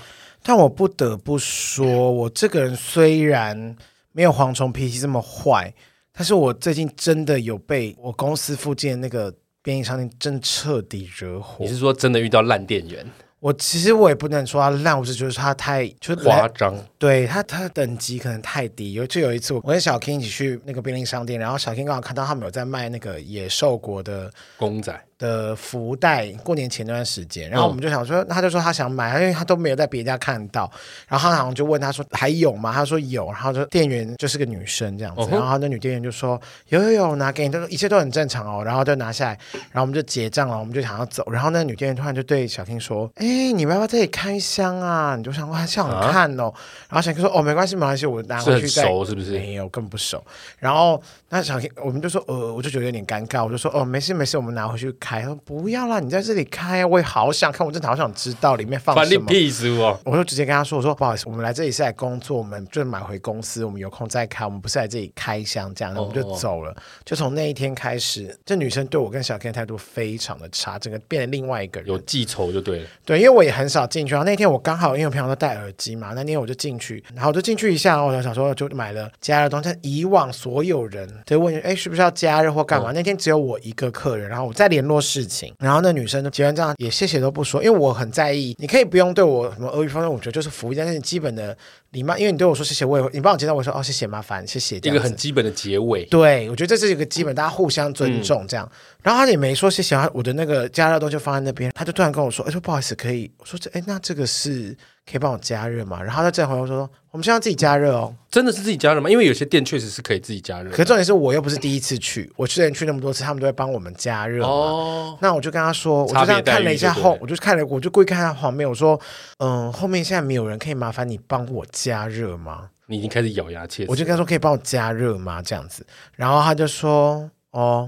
Speaker 2: 但我不得不说，我这个人虽然没有蝗虫脾气这么坏，但是我最近真的有被我公司附近的那个便利商店真彻底惹火
Speaker 1: 你。是说真的遇到烂店员
Speaker 2: 我其实我也不能说他烂，我只觉得他太就是来
Speaker 1: 夸张？
Speaker 2: 对他，他的等级可能太低。有就有一次，我跟小 King 一起去那个便利商店，然后小 King 刚好看到他们有在卖那个野兽国的
Speaker 1: 公仔
Speaker 2: 的福袋，过年前那段时间，
Speaker 1: 嗯
Speaker 2: 然后我们就想说，他就说他想买，因为他都没有在别家看到，然后他好像就问他说还有吗？他说有，然后就店员就是个女生这样子
Speaker 1: 哦，吼
Speaker 2: 然后那女店员就说有有有，拿给你，都一切都很正常哦，然后就拿下来，然后我们就结账了，我们就想要走，然后那女店员突然就对小听说，哎，你们要不要这里开箱啊？你就想哇，想看哦，然后小听说哦没关系没关系，我拿
Speaker 1: 是
Speaker 2: 回
Speaker 1: 很
Speaker 2: 去再哎
Speaker 1: 熟是不是？
Speaker 2: 没有，更不熟。然后那小黑，我们就说，呃，我就觉得有点尴尬，我就说，哦，没事没事，我们拿回去开。他说不要啦，你在这里开啊，我也好想看，我真的好想知道里面放
Speaker 1: 反
Speaker 2: 什
Speaker 1: 正
Speaker 2: 么。
Speaker 1: 屁事哦，
Speaker 2: 我就直接跟他说：“我说不好意思，我们来这里是来工作，我们就买回公司，我们有空再开，我们不是来这里开箱这样，
Speaker 1: 哦
Speaker 2: 我们就走了。就从那一天开始，这女生对我跟小 K 的态度非常的差，整个变成另外一个人。
Speaker 1: 有记仇就对了。
Speaker 2: 对，因为我也很少进去。然后那天我刚好，因为我平常都戴耳机嘛，那天我就进去，然后我就进去一下，然后我就想说就买了加热东西。但以往所有人都问，哎，是不是要加热或干
Speaker 1: 嗯
Speaker 2: 嘛？那天只有我一个客人，然后我在联络事情，然后那女生就结完账也谢谢都不说，因为我很在意，你可以不用对我什么阿谀奉承，我觉得就是服务，但是你基本的礼貌，因为你对我说谢谢，我也会你帮我介绍，我也说哦谢谢，麻烦谢谢， (laughs) 这
Speaker 1: 一
Speaker 2: 样
Speaker 1: 个
Speaker 2: 子
Speaker 1: 很基本的结尾，
Speaker 2: 对，我觉得这是一个基本，大家互相尊重这样。
Speaker 1: 嗯
Speaker 2: 然后他也没说谢谢，他我的那个加热豆就放在那边，他就突然跟我说：“哎，说不好意思，可以。”我说：“这哎，那这个是可以帮我加热吗？”然后他再回我说：“我们现在要自己加热哦。
Speaker 1: 真的是自己加热吗？因为有些店确实是可以自己加”热
Speaker 2: 可。是重点是我又不是第一次去，我之前去那么多次，他们都会帮我们加热嘛。
Speaker 1: 哦，
Speaker 2: 那我就跟他说，我就
Speaker 1: 差
Speaker 2: 这
Speaker 1: 别
Speaker 2: 样看了一下
Speaker 1: 待遇就对
Speaker 2: 后
Speaker 1: 了，
Speaker 2: 我就看了，我就故意看他旁边，我说，嗯，后面现在没有人，可以麻烦你帮我加热吗？
Speaker 1: 你已经开始咬牙切齿。
Speaker 2: 我就跟他说可以帮我加热吗？这样子，然后他就说哦，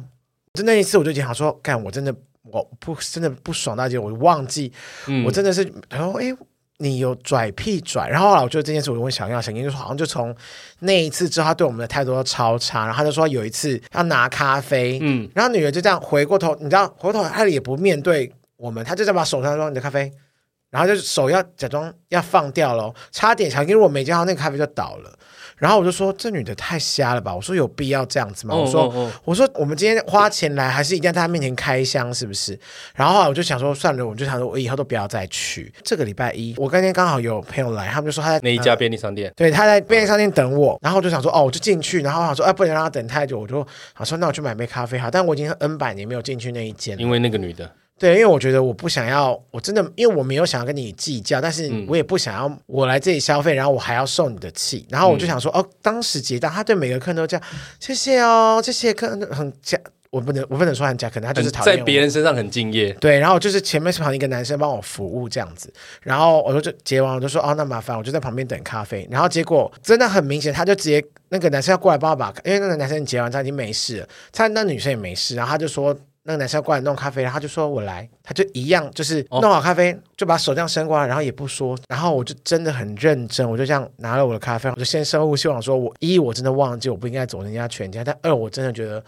Speaker 2: 就那一次我就已经想说，干我真的我不真的不爽大姐，我忘记、
Speaker 1: 嗯
Speaker 2: 我真的是，然后哎。你有拽屁拽，然后后来我就这件事，我就问小啊燕，小燕就说好像就从那一次之后，他对我们的态度都超差。然后他就说有一次要拿咖啡，
Speaker 1: 嗯
Speaker 2: 然后女人就这样回过头，你知道回过头，她也不面对我们，她就这样把手上说你的咖啡，然后就手要假装要放掉咯，差点小英如果没接好那个咖啡就倒了。然后我就说这女的太瞎了吧，我说有必要这样子吗？我说。
Speaker 1: 哦哦哦
Speaker 2: 我说我们今天花钱来，还是一定要在她面前开箱，是不是？然后后来我就想说，算了，我就想说，我以后都不要再去。这个礼拜一，我跟天刚好有朋友来，他们就说他在
Speaker 1: 那一家便利商店，
Speaker 2: 对，他在便利商店等我，然后我就想说，哦，我就进去，然后我想说，哎、不能让他等太久，我就想说，那我去买杯咖啡好，但我已经 N 百年没有进去那一间了，
Speaker 1: 因为那个女的，
Speaker 2: 对，因为我觉得我不想要，我真的，因为我没有想要跟你计较，但是
Speaker 1: 嗯
Speaker 2: 我也不想要我来这里消费，然后我还要受你的气，然后
Speaker 1: 嗯
Speaker 2: 我就想说，哦，当时结账，他对每个客人都这样，谢谢哦，谢谢客人很假，我不能，我不能说很假，可能他就是
Speaker 1: 很
Speaker 2: 讨厌
Speaker 1: 在
Speaker 2: 我
Speaker 1: 别人身上很敬业。
Speaker 2: 对，然后就是前面是旁边一个男生帮我服务这样子，然后我就就结完我就说哦那麻烦，我就在旁边等咖啡，然后结果真的很明显，他就直接那个男生要过来帮我把，因为那个男生结完他已经没事了，他那女生也没事，然后他就说。那个男生要过来弄咖啡，然后他就说我来，他就一样就是弄好咖啡，就把手这样伸过来，然后也不说，然后我就真的很认真，我就这样拿了我的咖啡，我就先深呼吸，我想说我一我真的忘记我不应该走人家全家，但二我真的觉得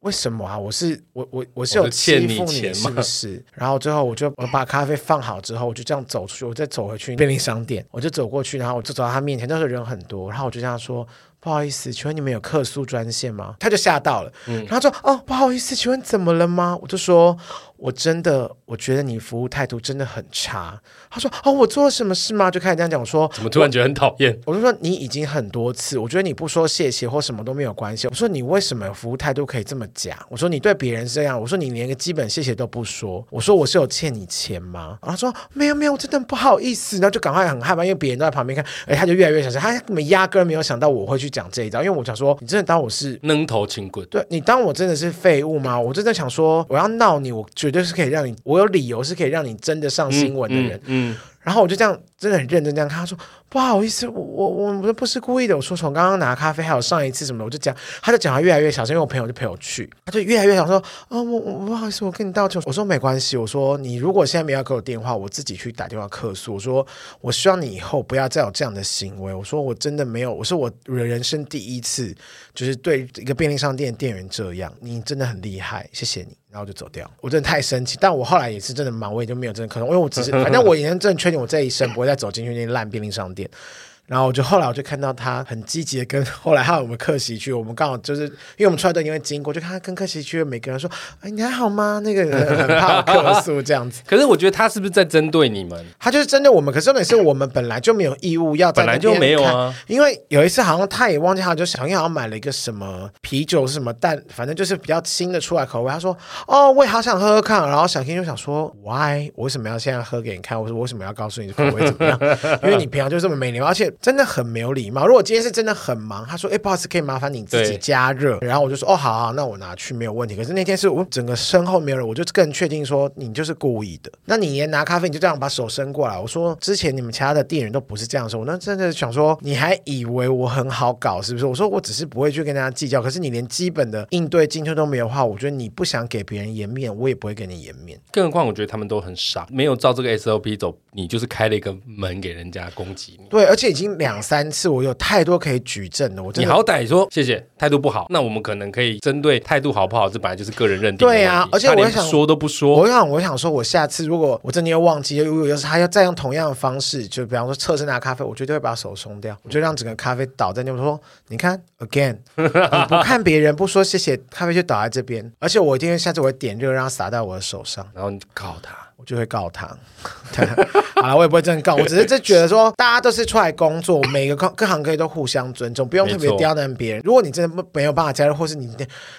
Speaker 2: 为什么啊？我是我我我是有
Speaker 1: 我是欠
Speaker 2: 欺
Speaker 1: 你
Speaker 2: 负
Speaker 1: 钱
Speaker 2: 是
Speaker 1: 吗
Speaker 2: 不是？然后最后我就我把咖啡放好之后，我就这样走出去，我再走回去便利商店，我就走过去，然后我就走到他面前，那时候人很多，然后我就这样说。不好意思，请问你们有客诉专线吗？他就吓到了，
Speaker 1: 嗯
Speaker 2: 然后说：“哦，不好意思，请问怎么了吗？”我就说：“我真的，我觉得你服务态度真的很差。”他说：“哦，我做了什么事吗？”就开始这样讲，我说：“
Speaker 1: 怎么突然觉得很讨厌？
Speaker 2: 我就说你已经很多次，我觉得你不说谢谢或什么都没有关系。我说你为什么服务态度可以这么假？我说你对别人是这样，我说你连个基本谢谢都不说。我说我是有欠你钱吗？然后他说没有没有，我真的不好意思。然后就赶快很害怕，因为别人都在旁边看，哎，他就越来越小声，他根本压根没有想到我会去讲这一招，因为我想说你真的当我是。
Speaker 1: 扔头轻棍，
Speaker 2: 对你当我真的是废物吗？我真的想说，我要闹你，我绝对是可以让你，我有理由是可以让你真的上新闻的人。
Speaker 1: 嗯，
Speaker 2: 然后我就这样真的很认真这样看，他说不好意思，我我我我不是故意的，我说从刚刚拿咖啡还有上一次什么的，我就讲，他就讲话越来越小声，因为我朋友就陪我去，他就越来越想说，啊，我我不好意思，我跟你道歉，我说没关系，我说你如果现在没有要给我电话，我自己去打电话客诉，我说我希望你以后不要再有这样的行为，我说我真的没有，我说我人生第一次就是对一个便利商店店员这样，你真的很厉害，谢谢你。然后就走掉，我真的太生气。但我后来也是真的忙，我也就没有真的可能，因为我只是反正我已经真的确定我这一生不会再走进去那些烂便利商店。然后我就后来我就看到他很积极的跟后来还有我们客席区，我们刚好就是因为我们出来都因为经过，就看他跟客席区的每个人说：“哎，你还好吗？”那个人很怕我客诉这样子。
Speaker 1: 可是我觉得他是不是在针对你们？
Speaker 2: 他就是针对我们，可是重点是我们本来就没有义务要在
Speaker 1: 本来
Speaker 2: 那边
Speaker 1: 就没有啊
Speaker 2: 看因为有一次好像他也忘记，他就想，因为好像买了一个什么啤酒是什么蛋，反正就是比较新的出来口味。他说：“哦，我也好想喝喝看。”然后小 K 就想说：“Why？我为什么要现在喝给你看？我说我为什么要告诉你口味怎么样？因为你平常就这么没礼貌，而且真的很没有礼貌。如果今天是真的很忙，他说：‘哎，不好意思，可以麻烦你自己
Speaker 1: 对
Speaker 2: 加热。’然后我就说：‘哦，好好，那我拿去没有问题。’可是那天是我整个身后没有人，我就更确定说你就是故意的。那你也拿咖啡，你就这样把手伸过来。我说之前你们其他的店员都不是这样说，我那真的想说你还以为我很好搞是不是？我说我只是不会去跟大家计较，可是你连基本的应对进退都没有的话，我觉得你不想给别人颜面，我也不会给你颜面。
Speaker 1: 更何况我觉得他们都很傻，没有照这个 SOP 走，你就是开了一个门给人家攻击你。
Speaker 2: 对，而且已经两三次，我有太多可以举证的，我真
Speaker 1: 你
Speaker 2: 的
Speaker 1: 好歹说谢谢，态度不好，那我们可能可以针对态度好不好，这本来就是个人认定的问题。
Speaker 2: 对啊而且
Speaker 1: 他
Speaker 2: 我也
Speaker 1: 连
Speaker 2: 想
Speaker 1: 说都不说，
Speaker 2: 我想，我想说，我下次如果我真的又忘记，如果要是他要再用同样的方式，就比方说侧身拿咖啡，我绝对会把手松掉，我就让整个咖啡倒在那边。我说，你看，again，你 (laughs) 不看别人，不说谢谢，咖啡就倒在这边。而且我一定会下次我会点热，让它洒到我的手上，
Speaker 1: 然后你就告他。
Speaker 2: 我就会告他。 (laughs) 好了，我也不会真的告，我只是就觉得说，大家都是出来工作，每个各各行各业都互相尊重，不用特别
Speaker 1: 没错
Speaker 2: 刁难别人。如果你真的不没有办法加入，或是你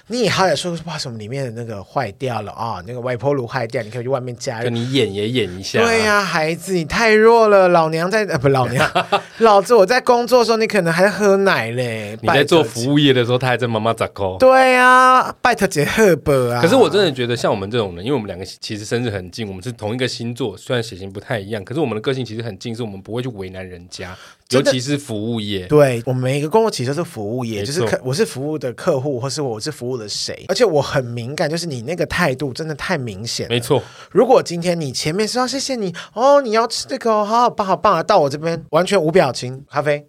Speaker 2: 你也好歹说哇什么里面的那个坏掉了啊、那个微波炉坏掉，你可以去外面加热
Speaker 1: 跟。你啊演也演一下、
Speaker 2: 哎对啊呀、孩子，你太弱了。老娘在呃不，老
Speaker 1: (laughs)
Speaker 2: 娘老子我在工作的时候，你可能还在喝奶嘞。
Speaker 1: 你在做
Speaker 2: 拜托姐？
Speaker 1: 服务业的时候，他还在妈妈咋扣。
Speaker 2: 对呀、拜特姐赫伯啊。
Speaker 1: 可是我真的觉得，像我们这种人，因为我们两个其实生日很近，我们是同一个星座，虽然血型不太一样，可是我们的个性其实很近，是我们不会去为难人家，尤
Speaker 2: 真的
Speaker 1: 其是服务业。
Speaker 2: 对我们每一个工作其实都是服务业，
Speaker 1: 没
Speaker 2: 就
Speaker 1: 错
Speaker 2: 是客我是服务的客户，或是我是服务的谁，而且我很敏感，就是你那个态度真的太明显了
Speaker 1: 没。错，
Speaker 2: 如果今天你前面说谢谢你哦，你要吃这个哦，好好棒好棒啊，到我这边完全无表情，咖啡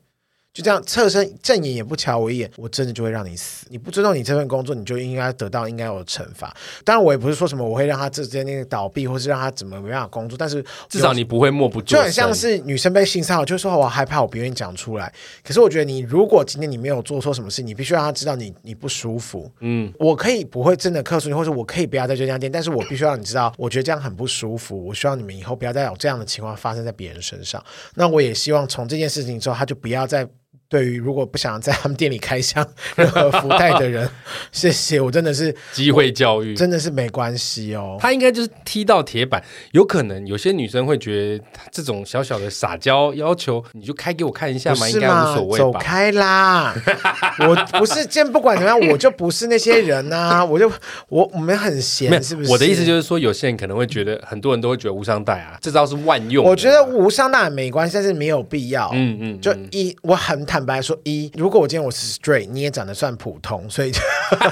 Speaker 2: 就这样侧身正眼也不瞧我一眼，我真的就会让你死。你不尊重你这份工作，你就应该得到应该有的惩罚。当然，我也不是说什么我会让他直接那个倒闭，或是让他怎么没办法工作，但是
Speaker 1: 至少你不会默不作
Speaker 2: 就
Speaker 1: 声。
Speaker 2: 很像是女生被性骚扰，就说我害怕我不愿意讲出来。可是我觉得你如果今天你没有做错什么事，你必须让他知道你你不舒服。嗯，我可以不会真的克诉你，或者我可以不要在这家店，但是我必须让你知道，我觉得这样很不舒服。我希望你们以后不要再有这样的情况发生在别人身上。那我也希望从这件事情之后，他就不要再。对于如果不想在他们店里开箱任何 (laughs) 福袋的人，谢谢，我真的是
Speaker 1: 机会教育。
Speaker 2: 真的是没关系哦。
Speaker 1: 他应该就是踢到铁板，有可能有些女生会觉得他这种小小的撒娇要求，你就开给我看一下
Speaker 2: 不
Speaker 1: 嘛，
Speaker 2: 是
Speaker 1: 应该
Speaker 2: 嘛
Speaker 1: 无所谓
Speaker 2: 走
Speaker 1: 吧？
Speaker 2: 开
Speaker 1: (laughs)
Speaker 2: 啦！我不是，今天不管怎么样，我就不是那些人呐、我就我我们很
Speaker 1: 没有
Speaker 2: 闲，是不是？
Speaker 1: 我的意思就是说，有些人可能会觉得，很多人都会觉得无伤大雅，这招是万用的。
Speaker 2: 我觉得无伤大雅没关系，但是没有必要。
Speaker 1: 嗯，嗯嗯，
Speaker 2: 就一，我很坦白说，一，如果我今天我是 straight，你也长得算普通，所以就， (laughs)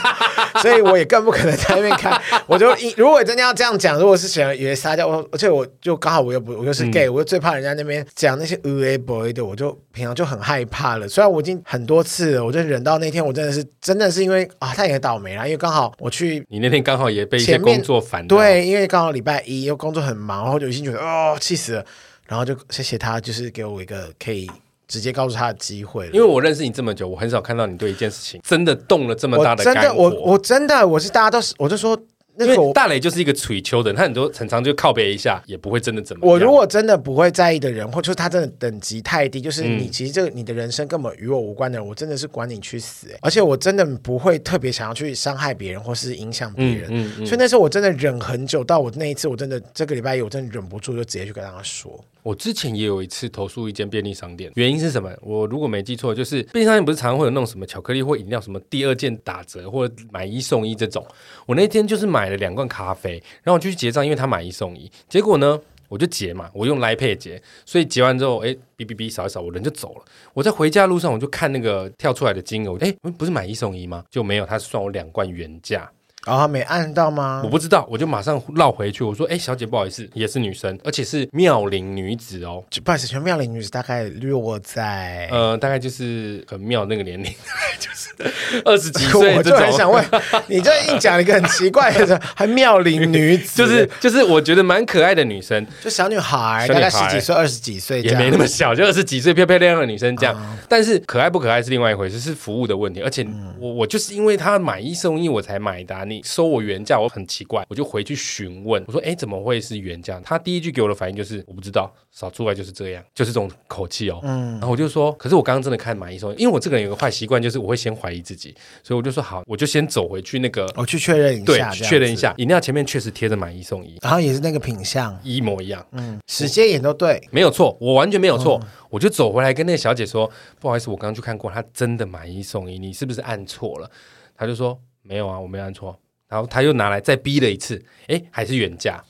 Speaker 2: 所以我也更不可能在那边看。 (laughs) 我就一，如果真的要这样讲，如果是想以为撒娇，我而且我就刚好我又不，我又是 gay，、我又最怕人家那边讲那些 u a boy 的，我就平常就很害怕了。虽然我已经很多次了，我就忍到那天，我真的是真的是因为啊，他也倒霉啦，因为刚好我去
Speaker 1: 你那天刚好也被一些
Speaker 2: 前面
Speaker 1: 工作烦到，
Speaker 2: 对，因为刚好礼拜一又工作很忙，然后就已经觉得哦气死了，然后就谢谢他，就是给我一个可以直接告诉他的机会了
Speaker 1: 因为。我认识你这么久，我很少看到你对一件事情真的动了这么大
Speaker 2: 我
Speaker 1: 的
Speaker 2: 真
Speaker 1: 肝
Speaker 2: 的，
Speaker 1: 火。
Speaker 2: 我我真的，我是大家都是，我就说那
Speaker 1: 因
Speaker 2: 个
Speaker 1: 为
Speaker 2: 我，
Speaker 1: 大磊就是一个嘴丘的人，他很多很常就靠背一下，也不会真的怎么样。
Speaker 2: 我如果真的不会在意的人，或就是他真的等级太低，就是
Speaker 1: 嗯
Speaker 2: 你其实这个你的人生根本与我无关的人，我真的是管你去死、欸而且我真的不会特别想要去伤害别人或是影响别人，
Speaker 1: 嗯
Speaker 2: 所以那时候我真的忍很久，到我那一次，我真的这个礼拜一我真的忍不住就直接去跟他说，
Speaker 1: 我之前也有一次投诉一间便利商店，原因是什么？我如果没记错，就是便利商店不是常会有那种什么巧克力或饮料什么第二件打折或买一送一这种。我那天就是买了两罐咖啡，然后我就去结账，因为他买一送一。结果呢，我就结嘛，我用来配结，所以结完之后，哎，哔哔哔扫一扫，我人就走了。我在回家路上，我就看那个跳出来的金额，哎，不是买一送一吗？就没有，他算我两罐原价。
Speaker 2: 然后他没按到吗
Speaker 1: 我？不知道，我就马上绕回去，我说：“哎、小姐，不好意思，也是女生，而且是妙龄女子哦，
Speaker 2: 就不好意思，全妙龄女子大概落在，
Speaker 1: 呃，大概就是很妙那个年龄， (laughs) 就是二
Speaker 2: (laughs)
Speaker 1: 十几岁
Speaker 2: (laughs) 我
Speaker 1: 这
Speaker 2: 就很想
Speaker 1: 种。”
Speaker 2: 问，你这硬讲一个很奇怪
Speaker 1: (laughs)
Speaker 2: 的，还妙龄女子，
Speaker 1: 就是就是，我觉得蛮可爱的女生，
Speaker 2: 就小女孩，
Speaker 1: 小女
Speaker 2: 大
Speaker 1: 孩
Speaker 2: 概十几岁、二十几岁这
Speaker 1: 也
Speaker 2: 样，
Speaker 1: 没那么小，就二十几岁漂漂亮亮的女生这样。
Speaker 2: 哦
Speaker 1: 但是可爱不可爱是另外一回事，是服务的问题。而且
Speaker 2: 嗯
Speaker 1: 我我就是因为她买一送一我才买的啊、你收我原价我很奇怪，我就回去询问，我说：“哎，怎么会是原价？”她第一句给我的反应就是我不知道，少出来就是这样，就是这种口气哦。
Speaker 2: 嗯
Speaker 1: 然后我就说：“可是我刚刚真的看买一送一，因为我这个人有个坏习惯，就是我会先怀疑自己，所以我就说好，我就先走回去那个
Speaker 2: 我去确认一下，
Speaker 1: 对
Speaker 2: 这样子
Speaker 1: 确认一，下，饮料前面确实贴着买一送一，
Speaker 2: 然后也是那个品相，
Speaker 1: 一模一样。”
Speaker 2: 嗯，时间也都对，
Speaker 1: 没有错，我完全没有错，我就走回来跟那个小姐说，不好意思，我刚刚去看过，她真的买一送一，你是不是按错了？她就说没有啊，我没按错。然后她又拿来再逼了一次，诶，还是原价。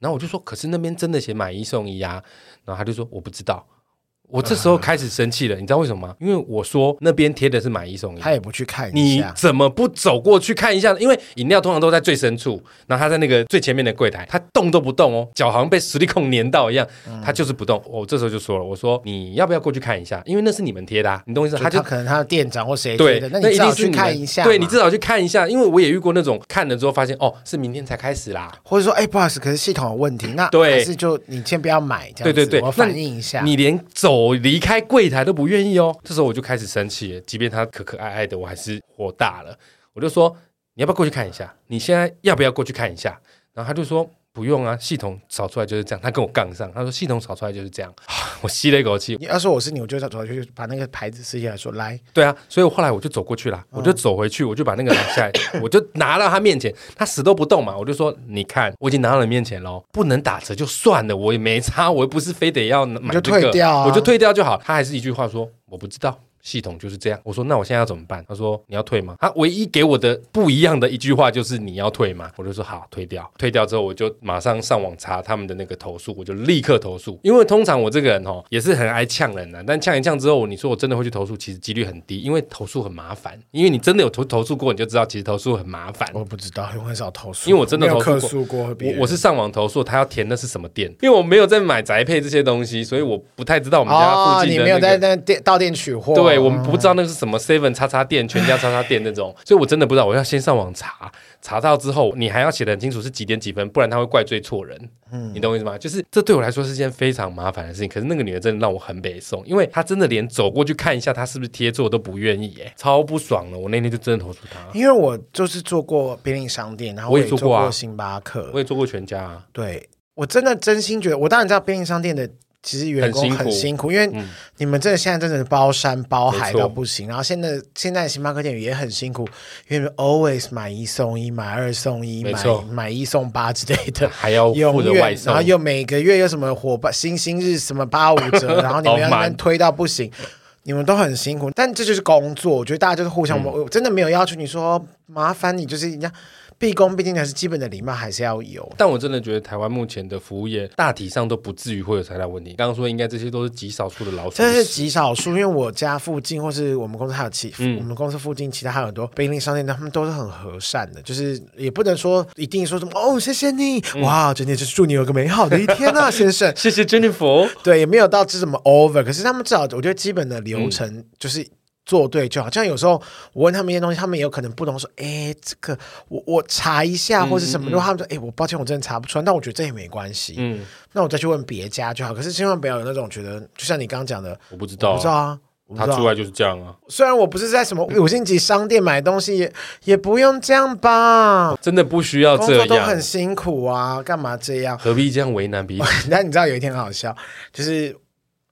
Speaker 1: 然后我就说，可是那边真的写买一送一啊。然后她就说我不知道。我这时
Speaker 2: 嗯
Speaker 1: 候开始生气了，你知道为什么吗？因为我说那边贴的是买一送一，
Speaker 2: 他也不去看一
Speaker 1: 你
Speaker 2: 下，
Speaker 1: 怎么不走过去看一下呢？因为饮料通常都在最深处，然后他在那个最前面的柜台，他动都不动哦，脚好像被实力控粘到一样，他就是不
Speaker 2: 嗯
Speaker 1: 动。我这时候就说了，我说你要不要过去看一下？因为那是你们贴的、啊，你懂我意思吗？
Speaker 2: 他
Speaker 1: 他就
Speaker 2: 可能他的店长或谁贴
Speaker 1: 对
Speaker 2: 的，，
Speaker 1: 那
Speaker 2: 嗯你
Speaker 1: 一
Speaker 2: 至少
Speaker 1: 定是
Speaker 2: 去
Speaker 1: 们
Speaker 2: 看一下嘛，
Speaker 1: 对你至少去看一下，因为我也遇过那种看了之后发现哦，是明天才开始啦。
Speaker 2: 或者说，哎，不好意思，可是系统有问题，那
Speaker 1: 对
Speaker 2: 还是就你先不要买，这样
Speaker 1: 对
Speaker 2: 子
Speaker 1: 对对，
Speaker 2: 我
Speaker 1: 那
Speaker 2: 反映一下，
Speaker 1: 你连走离开柜台都不愿意哦。这时候我就开始生气了，即便他可可爱爱的，我还是火大了。我就说你要不要过去看一下？你现在要不要过去看一下？然后他就说不用啊，系统扫出来就是这样。他跟我杠上，他说系统扫出来就是这样。啊我吸了一口气，
Speaker 2: 你要说我是你，我就走走去把那个牌子撕下来说，来，
Speaker 1: 对啊，所以我后来我就走过去啦，
Speaker 2: 嗯
Speaker 1: 我就走回去，我就把那个拿下来， (coughs) 我就拿到他面前，他死都不动嘛，我就说你看，我已经拿到你面前喽，不能打折就算了，我也没差，我又不是非得要买、这个，
Speaker 2: 你就退掉啊
Speaker 1: 我就退掉就好。他还是一句话说我不知道。系统就是这样，我说那我现在要怎么办？他说你要退吗？他唯一给我的不一样的一句话就是你要退吗？我就说好，退掉。退掉之后，我就马上上网查他们的那个投诉，我就立刻投诉。因为通常我这个人哦也是很爱呛人的、但呛一呛之后，你说我真的会去投诉，其实几率很低，因为投诉很麻烦。因为你真的有投投诉过，你就知道其实投诉很麻烦。
Speaker 2: 我不知道，因为很少投诉，
Speaker 1: 因为我真的
Speaker 2: 没有
Speaker 1: 投
Speaker 2: 客
Speaker 1: 诉
Speaker 2: 诉过别
Speaker 1: 我
Speaker 2: 人，
Speaker 1: 我是上网投诉他要填的是什么店，因为我没有在买宅配这些东西，所以我不太知道我们家
Speaker 2: 哦
Speaker 1: 附，近
Speaker 2: 你
Speaker 1: 的、那个
Speaker 2: 没有在那店到店取货，
Speaker 1: 对，我们不知道那个是什么 Seven 叉叉店、全家叉叉店那种，所以我真的不知道，我要先上网查，查到之后你还要写的很清楚是几点几分，不然他会怪罪错人。
Speaker 2: 嗯
Speaker 1: 你懂我意思吗？就是这对我来说是件非常麻烦的事情，可是那个女的真的让我很北宋，因为她真的连走过去看一下她是不是贴错都不愿意、耶，超不爽了。我那天就真的投诉她，
Speaker 2: 因为我就是做过便利商店，然后
Speaker 1: 我也
Speaker 2: 也
Speaker 1: 做
Speaker 2: 做
Speaker 1: 过啊
Speaker 2: 过星巴克
Speaker 1: 我。也做过全家、啊，
Speaker 2: 对我真的真心觉得，我当然知道便利商店的其实员
Speaker 1: 很
Speaker 2: 工
Speaker 1: 辛苦嗯
Speaker 2: 很辛苦，因为你们真的现在真的是包山包海
Speaker 1: 没错
Speaker 2: 到不行。然后现在现在星巴克店也很辛苦，因为你们 always 买一送一、买二送一、
Speaker 1: 没
Speaker 2: 买
Speaker 1: 错
Speaker 2: 买一送八之类的。
Speaker 1: 还要哦负
Speaker 2: 永
Speaker 1: 责外
Speaker 2: 远，
Speaker 1: 送
Speaker 2: 然后，又每个月有什么火爆星星日什么八五
Speaker 1: (laughs)
Speaker 2: 折，然后你们要
Speaker 1: 好
Speaker 2: 那
Speaker 1: 忙
Speaker 2: 边推到不行，你们都很辛苦，但这就是工作，我觉得大家就是互
Speaker 1: 嗯
Speaker 2: 相，我我真的没有要求你说麻烦你，就是人家毕恭毕敬还是基本的礼貌还是要有。
Speaker 1: 但我真的觉得台湾目前的服务业大体上都不至于会有材料问题。刚刚说应该这些都是极少数的老鼠
Speaker 2: 真的是
Speaker 1: 屎，
Speaker 2: 极少数，因为我家附近或是我们公司还有其、
Speaker 1: 嗯
Speaker 2: 我们公司附近其他还有很多便利商店，他们都是很和善的，就是也不能说一定说什么哦，谢谢你，
Speaker 1: 嗯
Speaker 2: 哇，真的就是祝你有个美好的一天
Speaker 1: (laughs)
Speaker 2: 啊，先生。
Speaker 1: 谢谢 Jennifer。
Speaker 2: 对，也没有到这么 over，可是他们至少我觉得基本的
Speaker 1: 嗯
Speaker 2: 流程就是。做对就好，像有时候我问他们一些东西，他们也有可能不懂，说，哎，这个我我查一下或是什么，如果他们说，哎，我抱歉，我真的查不出来，但我觉得这也没关系，
Speaker 1: 嗯，
Speaker 2: 那我再去问别家就好。可是千万不要有那种觉得，就像你刚刚讲的，
Speaker 1: 我不知道、
Speaker 2: 我不知道啊，我不
Speaker 1: 他
Speaker 2: 知道
Speaker 1: 出
Speaker 2: 啊。
Speaker 1: 来就是这样啊，
Speaker 2: 虽然我不是在什么五星级商店买东西，也也不用这样吧，
Speaker 1: 真的不需要
Speaker 2: 工
Speaker 1: 这
Speaker 2: 作都很
Speaker 1: 样，
Speaker 2: 辛苦啊，干嘛这样？
Speaker 1: 何必这样为难彼
Speaker 2: (laughs)
Speaker 1: 此？
Speaker 2: 但你知道有一天很好笑，就是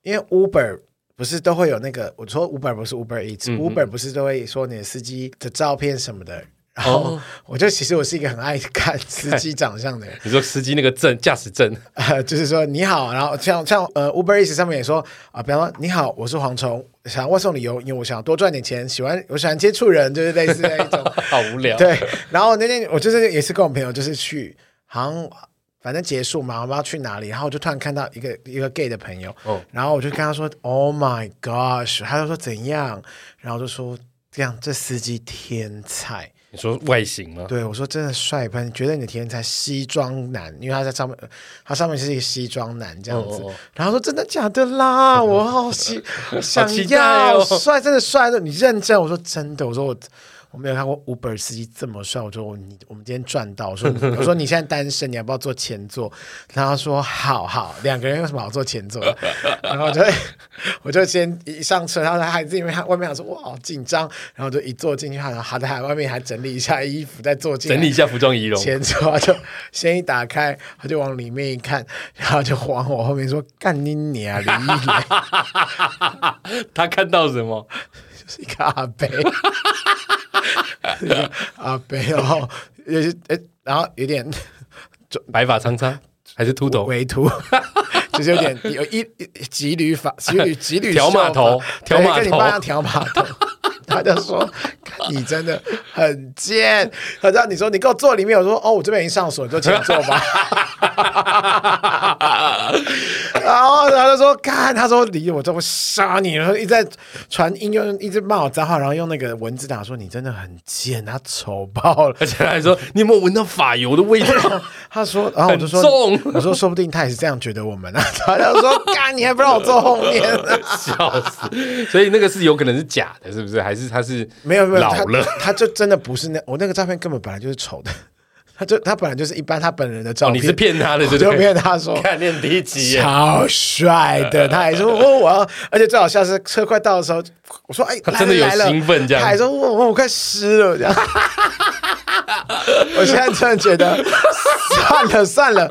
Speaker 2: 因为 Uber 不是都会有那个，我说 Uber 不是 Uber Eats，Uber、不是都会说你的司机的照片什么的。然后
Speaker 1: 哦
Speaker 2: 我就其实我是一个很爱看司机长相的人，
Speaker 1: 你说司机那个证，驾驶证， (laughs)
Speaker 2: 呃，就是说你好，然后像像呃 Uber Eats 上面也说啊，比方说你好，我是蝗虫，想要外送理由，因为我想多赚点钱，喜欢我喜欢接触人，就是类似那一种。
Speaker 1: 好无聊。
Speaker 2: (laughs) 对，然后那天我就是也是跟我朋友就是去，好像反正结束嘛，我们要去哪里，然后我就突然看到一个一个 gay 的朋友，
Speaker 1: 哦
Speaker 2: 然后我就跟他说，Oh my gosh，他就说怎样，然后我就说这样，这司机天才。
Speaker 1: 你说外形吗？
Speaker 2: 对我说真的帅喷，觉得你的体验才西装男，因为他在上面，他上面是一个西装男这样子。
Speaker 1: 哦哦哦
Speaker 2: 然后说真的假的啦，我
Speaker 1: (laughs)
Speaker 2: 好希想
Speaker 1: 期待
Speaker 2: 要、
Speaker 1: 哦
Speaker 2: 帅，真的帅的，你认真。我说真的，我说我。我没有看过 Uber 司机这么帅，我说我你我们今天赚到，我
Speaker 1: (laughs)
Speaker 2: 说你我说你现在单身，你要不要坐前座？然后他说好好，两个人有什么好坐前座的？ (laughs) 然后我就我就先一上车，然后他还自己面外面想说哇好紧张，然后就一坐进去，然后还在外面还整理一下衣服，再坐进来
Speaker 1: 整理一下服装仪容，
Speaker 2: 前座，他就先一打开，他就往里面一看，然后就往我后面说干你娘的，李一磊
Speaker 1: 他看到什么？
Speaker 2: 就是一个阿伯，一个阿伯，然后也是哎，然后有点
Speaker 1: 白发苍
Speaker 2: (laughs)
Speaker 1: 苍还是秃头？
Speaker 2: 围图，就是有点有一一几缕发，几缕几缕
Speaker 1: 条码头
Speaker 2: 条
Speaker 1: 条码头
Speaker 2: 跟你爸一样条码头。他就说：“你真的很贱。”他让你说：“你给我坐里面。”我说：“哦，我这边已经上锁，你就请坐
Speaker 1: (laughs)
Speaker 2: 吧。”然后他就说：“看，他说你我都会杀你。”然后一直在传音，用一直骂我脏话，然后用那个文字打说：“你真的很贱，他丑爆了。”
Speaker 1: (laughs) 而且他还说你有没有闻到发油的味
Speaker 2: (laughs)
Speaker 1: 道？
Speaker 2: 他说，然后我就说，
Speaker 1: 很重
Speaker 2: 我说说不定他也是这样觉得我们啊。 (laughs) 他就说，干，你还不让我坐后面、啊？ (laughs)
Speaker 1: 笑死！所以那个是有可能是假的，是不是？还是他是
Speaker 2: 没有没有，
Speaker 1: 老了？
Speaker 2: 他，他就真的不是那我那个照片根本本来就是丑的， (laughs) 他就他本来就是一般他本人的照
Speaker 1: 哦，
Speaker 2: 片。
Speaker 1: 你是骗他的，
Speaker 2: 我
Speaker 1: 对
Speaker 2: 就
Speaker 1: 不 (laughs) 对？
Speaker 2: 骗他说。
Speaker 1: 看练第一集耶，
Speaker 2: 超帅的，他还说哦，我要，而且最好笑是车快到的时候，我说哎，
Speaker 1: 他
Speaker 2: 来
Speaker 1: 真的
Speaker 2: 了
Speaker 1: 有
Speaker 2: 来了
Speaker 1: 兴奋这样
Speaker 2: 他还说我我我快湿了这样。 (laughs) 我现在真的觉得，算了算了，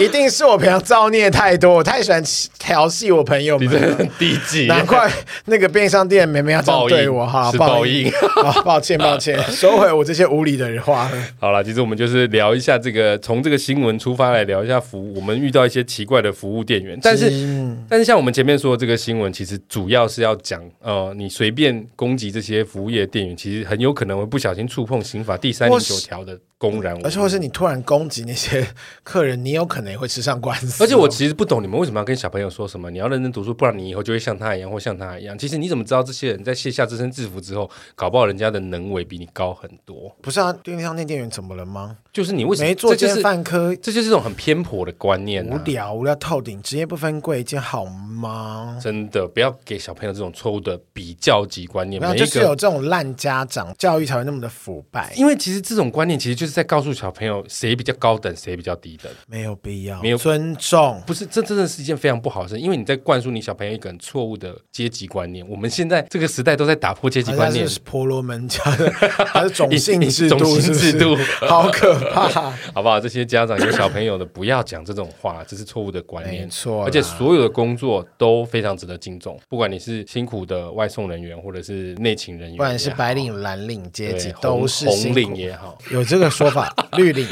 Speaker 2: 一定是我平常造孽太多，我太喜欢调戏我朋友
Speaker 1: 你
Speaker 2: 们
Speaker 1: 真的
Speaker 2: 了
Speaker 1: 很。低级耶。
Speaker 2: 难怪那个便利商店妹妹要这样
Speaker 1: 报应
Speaker 2: 对我哈，
Speaker 1: 是
Speaker 2: 报
Speaker 1: 报
Speaker 2: 应
Speaker 1: 应，
Speaker 2: (laughs) 好抱歉抱
Speaker 1: (laughs)
Speaker 2: 歉，收回我这些无理的话。
Speaker 1: 好了，其实我们就是聊一下这个，从这个新闻出发来聊一下服务。我们遇到一些奇怪的服务店员，但是
Speaker 2: 嗯
Speaker 1: 但是像我们前面说的这个新闻，其实主要是要讲，呃，你随便攻击这些服务业店员，其实很有可能会不小心触碰刑法第三
Speaker 2: 或
Speaker 1: 零
Speaker 2: 是
Speaker 1: 九条的公然侮辱。
Speaker 2: 而且或是你突然攻击那些客人，你有可能也会吃上官司
Speaker 1: 而
Speaker 2: 哦。
Speaker 1: 且我其实不懂你们为什么要跟小朋友说什么，你要认真读书，不然你以后就会像他一样或像他一样。其实你怎么知道这些人在卸下这身制服之后，搞不好人家的能为比你高很多？
Speaker 2: 不是啊，便利商店店员怎么了吗？
Speaker 1: 就是你为什么
Speaker 2: 没做
Speaker 1: 这就
Speaker 2: 奸
Speaker 1: 是啊
Speaker 2: 犯科，
Speaker 1: 这就是一种很偏颇的观念、
Speaker 2: 无
Speaker 1: 啊。
Speaker 2: 聊无聊透顶，职业不分贵贱，好吗？
Speaker 1: 真的不要给小朋友这种错误的比较级观念。
Speaker 2: 然后
Speaker 1: 每
Speaker 2: 就
Speaker 1: 一
Speaker 2: 是
Speaker 1: 个，
Speaker 2: 有这种烂家长，教育才会那么的腐败，
Speaker 1: 因为其实这种观念其实就是在告诉小朋友谁比较高等，谁比较低等。
Speaker 2: 没有必要，
Speaker 1: 没有
Speaker 2: 尊重。
Speaker 1: 不是，这真的是一件非常不好的事，因为你在灌输你小朋友一个很错误的阶级观念。我们现在这个时代都在打破阶级
Speaker 2: 好
Speaker 1: 观
Speaker 2: 像
Speaker 1: 念，
Speaker 2: 是婆罗门教的，还是种姓
Speaker 1: (laughs)
Speaker 2: 制度？
Speaker 1: 种姓
Speaker 2: 是不是
Speaker 1: 制度
Speaker 2: (laughs) 好
Speaker 1: (laughs)
Speaker 2: 可怕！
Speaker 1: 好不好？这些家长有小朋友的，不要讲这种话，这是错误的观
Speaker 2: 没
Speaker 1: 念。
Speaker 2: 错啦，
Speaker 1: 而且所有的工作都非常值得敬重，不管你是辛苦的外送人员，或者是内勤人员也好，
Speaker 2: 不管是白领、蓝领阶
Speaker 1: 对
Speaker 2: 级，
Speaker 1: 红
Speaker 2: 都是辛
Speaker 1: 红
Speaker 2: 苦
Speaker 1: 领也好，
Speaker 2: 有这个说法， (laughs) 绿领。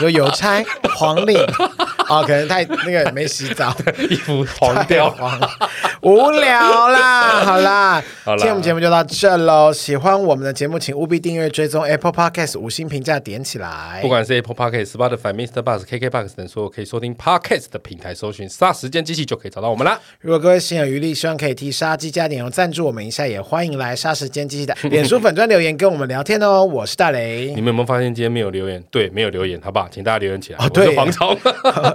Speaker 2: 有邮差、黄领，哦，可能太那个没洗澡，
Speaker 1: 衣服黄掉了。
Speaker 2: 黄，无聊
Speaker 1: (laughs)
Speaker 2: 啦，好啦，
Speaker 1: 好啦
Speaker 2: 今天我们节目就到这喽。喜欢我们的节目，请务必订阅、追踪 Apple Podcast 五星评价点起来
Speaker 1: 不。管是 Apple Podcast、Spotify、Mr. Bus、KKBox 等所有可以收听 Podcast 的平台，搜寻“杀时间机器”就可以找到我们啦。
Speaker 2: 如果各位心有余力，希望可以替杀鸡加点油赞助我们一下，也欢迎来杀时间机
Speaker 1: (laughs)
Speaker 2: 器的脸书粉专留言跟我们聊天哦。我是大雷
Speaker 1: 你，们有没有发现今天没有留言？对，没有留言，好不好？请大家留言起来。
Speaker 2: 哦 (laughs)
Speaker 1: 我是
Speaker 2: 对
Speaker 1: 蝗虫。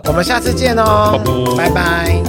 Speaker 2: 我们下次见哦
Speaker 1: 好，
Speaker 2: 拜拜。